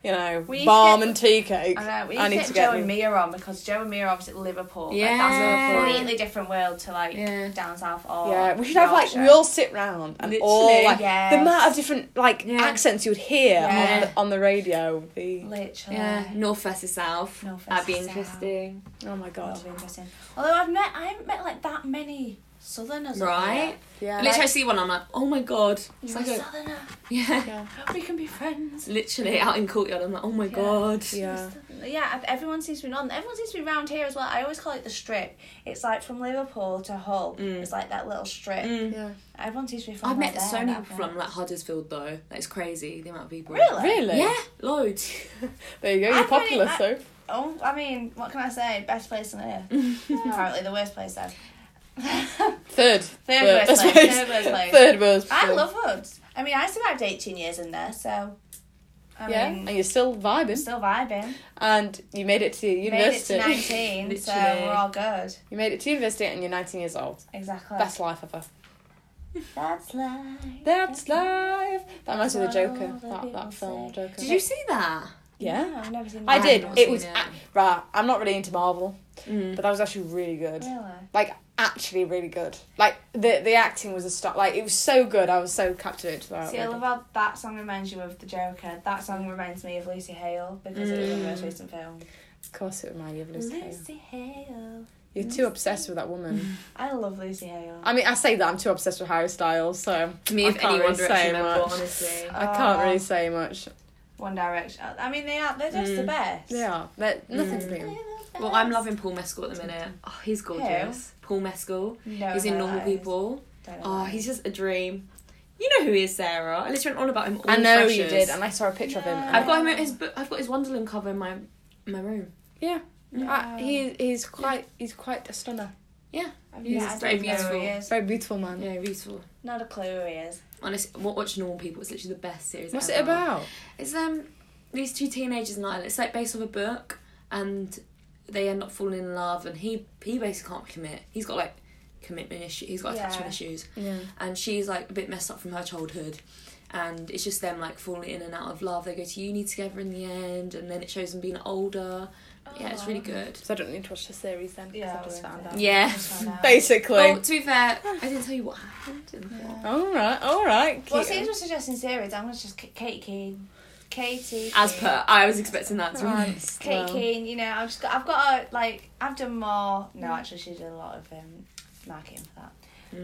you know,
We need to
balm
get-
and tea cake,
I know. We need,
I
to get, Joe and Mia on because Joe and Mia are obviously Liverpool. Like,
Yeah.
that's a completely different world to like
Yeah.
down south or
Yeah, we should have like we
Yorkshire.
all sit round and all
Literally.
like the
Yes.
amount of different like
Yeah.
accents you would hear on,
Yeah.
the, on the radio would be
literally.
Yeah, north versus south.
North
That'd be
versus south.
interesting.
oh my god
That'll be interesting. Although I've met, I haven't met like that many Southerners. up
Right?
yeah
Literally, I see one, I'm like, oh my god. It's
here.
like
You're a
a,
Southerner.
[LAUGHS] yeah.
We can be friends.
Literally out in courtyard, I'm like, oh my
Yeah.
god.
yeah
Yeah, everyone seems to be on. Everyone seems to be round here as well. I always call it the strip. It's like from Liverpool to Hull.
Mm.
It's like that little strip.
Mm.
yeah
Everyone seems to be from.
I've
like
met so
there,
many
like
people
there.
from like Huddersfield though. That's crazy the amount of people.
Really?
really
Yeah, loads.
there you go
I
you're
find it-
popular
I-
so
Oh, I mean, what can I say? Best place on earth. [LAUGHS] Apparently, the worst
[LAUGHS]
place then.
third
Third worst place, third worst place.
third worst
I
place.
love Hoods. I mean, I survived 18 years in there, so. I
yeah
mean,
and you're still
I'm
vibing
still vibing.
and you made it to
Made it
university
to
[LAUGHS]
19, so
Literally.
we're all good.
you made it to university and you're 19 years old
Exactly.
best life ever
That's life.
that's life that reminds me of the
That's
Joker
what
that,
people
that film
say.
Joker
Did you see that?
yeah
No, I've never seen
I
that.
did
not
it
seen
was
it.
a- right I'm not really into Marvel
Mm.
but that was actually really good
Really?
like actually really good. Like the the acting was a star. Like it was so good. I was so captivated throughout.
See, I love how that song reminds you of The Joker. That song reminds me of Lucy Hale because it was in the most recent film.
Of course, it reminded you of Lucy. Hale.
Lucy Hale.
You're too obsessed with that woman.
I love Lucy Hale.
I mean, I say that I'm too obsessed with Harry Styles, so
Me,
I
if
can't
any
really
One
say
Direction member,
much.
honestly.
I can't
Aw.
really say much.
One Direction. I mean, they are. They're just the best.
They are. They're, nothing's
They're
beaten.
the
Well, I'm
best.
loving Paul Mescal at the minute. Oh, he's gorgeous. Paul Mescal.
No,
he's in
no,
Normal
that is-
People.
don't know
Oh,
that.
he's just a dream. You know who he is, Sarah. I literally went on about him all
I know you
freshers.
did, and I saw a picture of him.
No.
I've got him at his book. I've got his Wonderland cover in my my room.
yeah, I, he he's quite he's quite a stunner.
I've
he's
no- I
very
don't know who he
beautiful.
is.
Very beautiful man.
Yeah, beautiful.
Not a clue who he is.
Honestly, wa- watch Normal People. It's literally the best series.
What's it
ever.
about?
It's um these two teenagers in Ireland. It's like based off a book, and they end up falling in love. And he he basically can't commit. He's got like commitment issues. He's got
Yeah.
attachment issues.
Yeah.
and she's like a bit messed up from her childhood and it's just them like falling in and out of love they go to uni together in the end and then it shows them being older yeah it's really good
So I don't need to watch the series then. 'cause
Yeah, I
I've
just
learned
found
that.
out.
yeah [LAUGHS]
Basically.
well Oh, to be fair i didn't tell you what happened in the film.
all right. All right.
Well,
cute.
since we're suggesting series, I'm going to just K- Kate Keane. Katie.
as
Keane.
per i was expecting that to be honest
Kate
Well.
Keane, you know, I've just got, I've got a, like, I've done more. No,
Mm.
actually, she did a lot of um, marketing for that.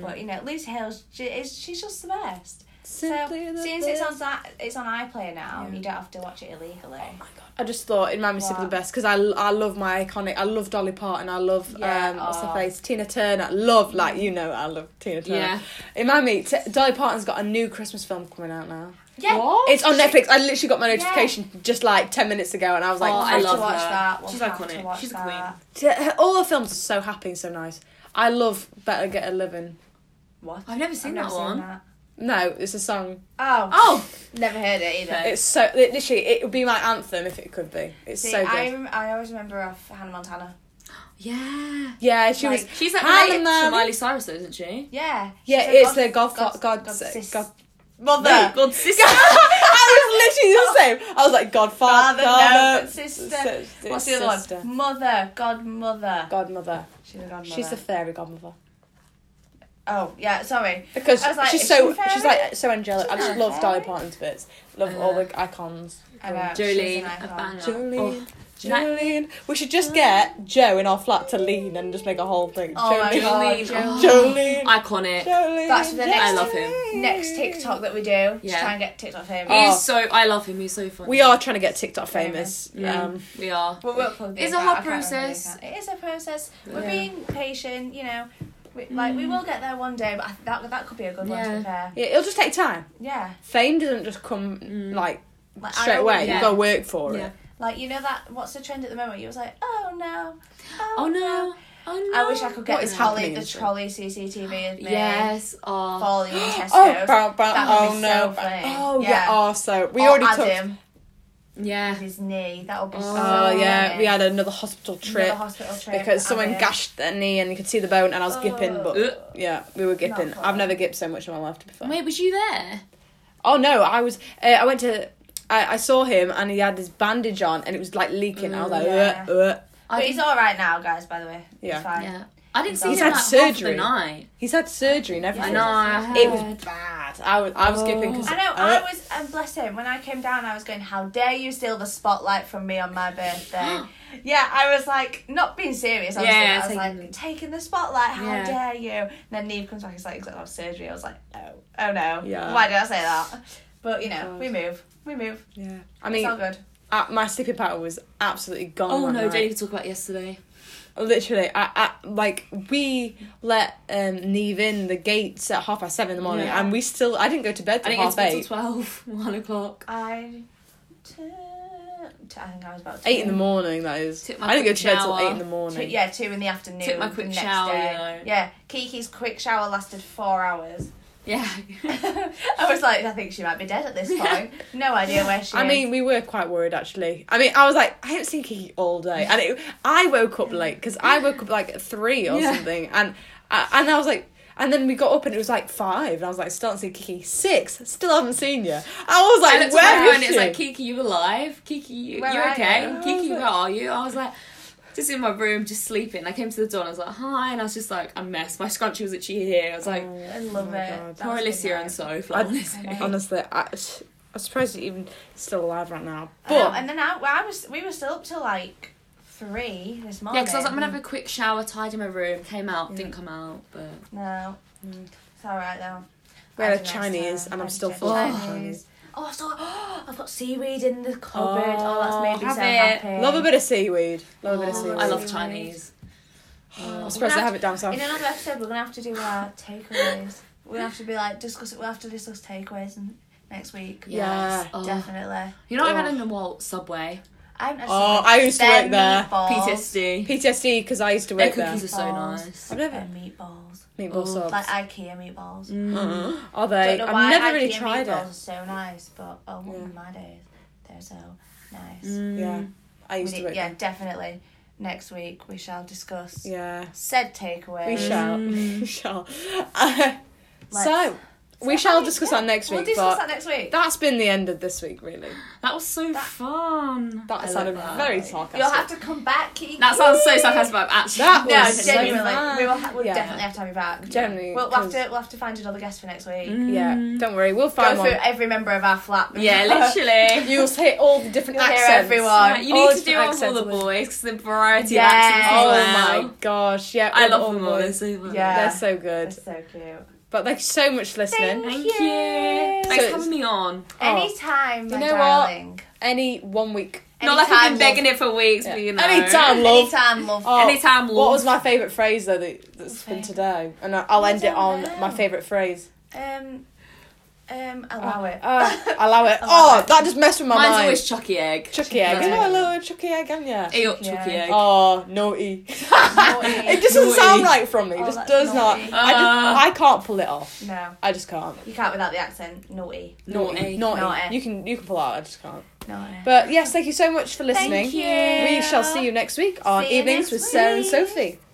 But you know, Lucy Hales, she is she's just the best.
Simply
so
the
since it's
best. Oh
on that, it's on iPlayer now, and you don't have to watch it illegally.
I just thought it might be simply the
What?
best because I, I love my iconic. I love Dolly Parton. I love
Yeah,
um, what's her
aw.
Oh.
face Tina Turner. Love like you know I love Tina Turner.
Mm. Yeah.
It might be t- Dolly Parton's got a new Christmas film coming out now.
Yeah,
What?
It's on Netflix. I literally got my notification just like ten minutes ago, and I was like,
Oh,
We'll
I
have
love
to watch
her.
that. We'll
She's
have to
iconic.
watch
She's a
that.
queen.
T- her- all her films are so happy and so nice. I love Better Get a Living.
What?
i've never seen
I've never
that one
that.
No, it's a song.
Oh,
Oh,
never heard it either.
It's so it, literally it would be my anthem if it could be. It's
See,
so good.
I, rem- I always remember off Hannah Montana.
yeah.
yeah, she was.
She's like
Hannah
related to
Montana.
Miley Cyrus, though, isn't she?
Yeah.
Yeah,
She's a
it's the God,
God's-
God, God,
God's sis.
God.
mother.
God, Oh, sister.
[LAUGHS]
[LAUGHS]
I was literally the same. I was like Godfather,
Father, no,
Godmother,
but sister.
sis-
What's the other
sister.
one? Mother, godmother.
Godmother.
She's a godmother.
She's the fairy godmother
Oh yeah, sorry.
because
I was like,
she's
is
so
she a
she's
fairy? Uh-huh.
like so angelic. I just
a
love Dolly
fairy?
Parton's bits. Love all the icons.
I know, uh, she's
Jolene,
an
a
icon.
banger.
Jolene.
Oh,
Jolene. We should just get Joe in our flat to lean and just make a whole thing.
Oh my
Jolene.
god,
Jolene.
Jolene.
Jolene.
Oh, iconic.
Jolene.
That's the next-
I love him.
Next TikTok that we do, just
Yeah.
try and get TikTok famous.
Oh.
He's so. I love him. He's so funny.
We are trying to get TikTok famous.
Yeah.
Um,
We are.
Well, we'll probably
It's
do
a
that.
hard
I can't remember the
process.
account. It is a process. We're
Yeah.
being patient, you know. We, like we will get there one day, but I, th- that that could be a good one to
Yeah.
be fair.
yeah, it'll just take time.
Yeah,
Fame doesn't just come like
like, Mm. I
straight
know-
away.
yeah.
You've got to work for
Yeah.
it.
Like you know that what's the trend at the moment? You was like, oh no, oh,
Oh no. Oh no.
I wish I could get
What
the
is
trolley,
happening
the
is that-
trolley CCTV of me
Yes. Oh.
falling in Tesco's.
[GASPS] Oh, bow, bow,
That would
oh
be
no.
so funny.
Oh yeah.
Yeah.
Oh, so we
Or
already took.
Adam
Yeah.
with his knee. That would be so.
Oh yeah,
funny.
we had another hospital
Another
trip.
hospital trip
Because someone
Adam. Oh. Uh.
gashed their knee and you could see the bone, and I was gipping. But
Ugh.
yeah, we were gipping.
fun.
I've never gipped so much in my life before.
Wait, was you there?
Oh no, I was. Uh, I went to. I, I saw him and he had this bandage on and it was like leaking. I was like,
Mm,
"Uh,
yeah.
"Ugh, ugh."
But Oh, he's all right now, guys. By the way,
Yeah.
he's fine.
Yeah. I didn't see
He's
him
had
like half the
surgery.
night.
he's had surgery and
I
everything.
know. I
It was
heard.
bad. I was. I was gipping uh, because.
Oh. I know. I was. And bless him. When I came down, I was going, "How dare you steal the spotlight from me on my birthday?" yeah, I was like, not being serious. Obviously,
Yeah,
yeah, I was
taking
like, taking the spotlight. How
Yeah.
dare you? And then Neve comes back. He's like, he's got surgery. I was like, oh, oh no.
Yeah.
Why did I say that? But you know,
God.
we move. We move.
Yeah. I
It's
mean,
all good.
uh, my sleeping pattern was absolutely gone.
Oh
that
no,
night.
don't even talk about yesterday.
Literally, I, I like we let um Neve in the gates at half past seven in the morning,
Yeah.
and we still. I didn't go to bed
I
till
think it's
half
till
eight.
twelve, one o'clock.
I. turned- I think I was about to
Eight in the morning, that is.
Took my
I didn't go
quick
to bed till
shower.
eight in the
Two,
morning.
yeah, two in the afternoon.
Took my
the
quick
next
shower,
day.
you know.
Yeah, Kiki's quick shower lasted four hours. [LAUGHS]
Yeah. [LAUGHS]
I was like, I think she might be dead at this
[LAUGHS]
point. No idea where she
I
is.
mean, we were quite worried actually. I mean, I was like, I haven't seen Kiki all day, and it, I woke up late because I woke up like at three or
Yeah.
something, and I and I was like, and then we got up and it was like five, and I was like, still haven't seen Kiki. Six, still haven't seen you. I was
I
like,
looked at my
where
phone
is
and
she?
it's like, Kiki, you alive? Kiki, you,
Where
you
are
okay?
you?
Kiki, where are you? I was like, just in my room, just sleeping. I came to the door and I was like, hi. And I was just like, I'm messed. My scrunchie was actually here. I was like,
I love
Oh my
it.
God.
That
poor
was good
Alicia
night.
and Soph.
I-
Like, honestly.
Honestly, I, I'm surprised you're even still alive right now.
I know,
But
and then I, well, I was, we were still up till like three this morning.
Yeah, because I was like, I'm gonna have a quick shower, tidy my room, came out, didn't come out, but
No, it's all right though.
We had
I
a
had nice
Chinese
time.
and
I
I'm
had
still
a
full
of
Chinese.
uh, Oh, I saw, [GASPS] I've got seaweed in the cupboard. Oh, that's made me
have
so
it.
happy.
love a bit of seaweed. Love a bit of
Oh,
seaweed.
I love Chinese.
Oh, I'm surprised
We're
I
gonna
have it down south.
In another episode, we're gonna have to do our takeaways. We're gonna have to be like discuss it. We'll have to discuss takeaways and next week.
Yeah.
Yes. Oh.
Definitely.
You know what I've
Oh.
had in the Walt subway?
I haven't had
Oh,
someone-
I used to
their
work there.
meatballs-
PTSD.
PTSD because I used to
Their
work there.
cookies are so
Balls.
nice.
I've never
Their meatballs.
meatball
Oh.
subs.
Like IKEA meatballs.
Are
um, Don't
they?
know
I've
why
never
IKEA
really tried
meatballs
it.
are so nice, but oh
Yeah.
my days, they're so nice.
Yeah,
Mm.
I
We
used to
need-
work.
yeah,
there.
definitely. Next week we shall discuss
yeah.
said takeaways.
We shall. [LAUGHS] We shall. Uh, [LAUGHS] so
Mm. Let's-
we shall discuss that next
We'll
week.
discuss that
But
next week.
that's been the end of this week, really.
That was so fun. I
That
love
sounded
that.
very sarcastic.
You'll have to come back, Kiki.
That sounds so sarcastic, but actually. [LAUGHS]
That
no,
was so
genuinely,
fun.
we will ha- we'll
Yeah.
definitely have to have you back.
Generally,
we'll, we'll have
'cause-
to we'll have to find another guest for next week.
Yeah, don't worry, we'll
Mm. Go
Mm-hmm. find
through
one.
every member of our flat.
Yeah,
[LAUGHS]
[LAUGHS]
literally.
You'll hear all the different
You'll hear
accents.
everyone.
you
All
need to
different accents
do it with all the
of the-
boys, 'cause the variety
Yes.
of accents. as
Oh
well.
my gosh! Yeah,
I
all the
love them all. They're
boys.
so fun.
Yeah.
They're so good.
That's so cute.
But thank you so much for listening.
Thank
Thank
you.
you.
So
Thanks for
it's-
having me on.
Anytime, my
know what?
darling.
Any one week.
Not like I've
Anytime,
been begging it for weeks, but you know.
Anytime, love.
Anytime, love.
Oh,
Anytime,
What
love.
was my favourite phrase though that, that's been today? And I- I'll
I
end it
don't
on
know.
my favourite phrase.
Um, Um, allow it. [LAUGHS]
Oh, allow it. Oh, that just messed with my
Mine's
mind.
always Chucky Egg.
Chucky egg.
Egg.
You know, a little Chucky egg, haven't you?
Eat up Chucky Egg.
Oh, naughty. [LAUGHS]
Naughty.
It just doesn't
Naughty.
sound right from me. It
Oh,
just
that's
does not.
naughty.
I, just, I can't pull it off.
no,
I just can't.
you can't without the accent. Naughty.
Naughty.
Naughty.
Naughty.
You can you can pull out. I just can't.
Naughty.
But yes, thank you so much for listening.
Thank you.
We shall see you next week on
See you
Evenings
next
with Sarah and
week.
Sophie.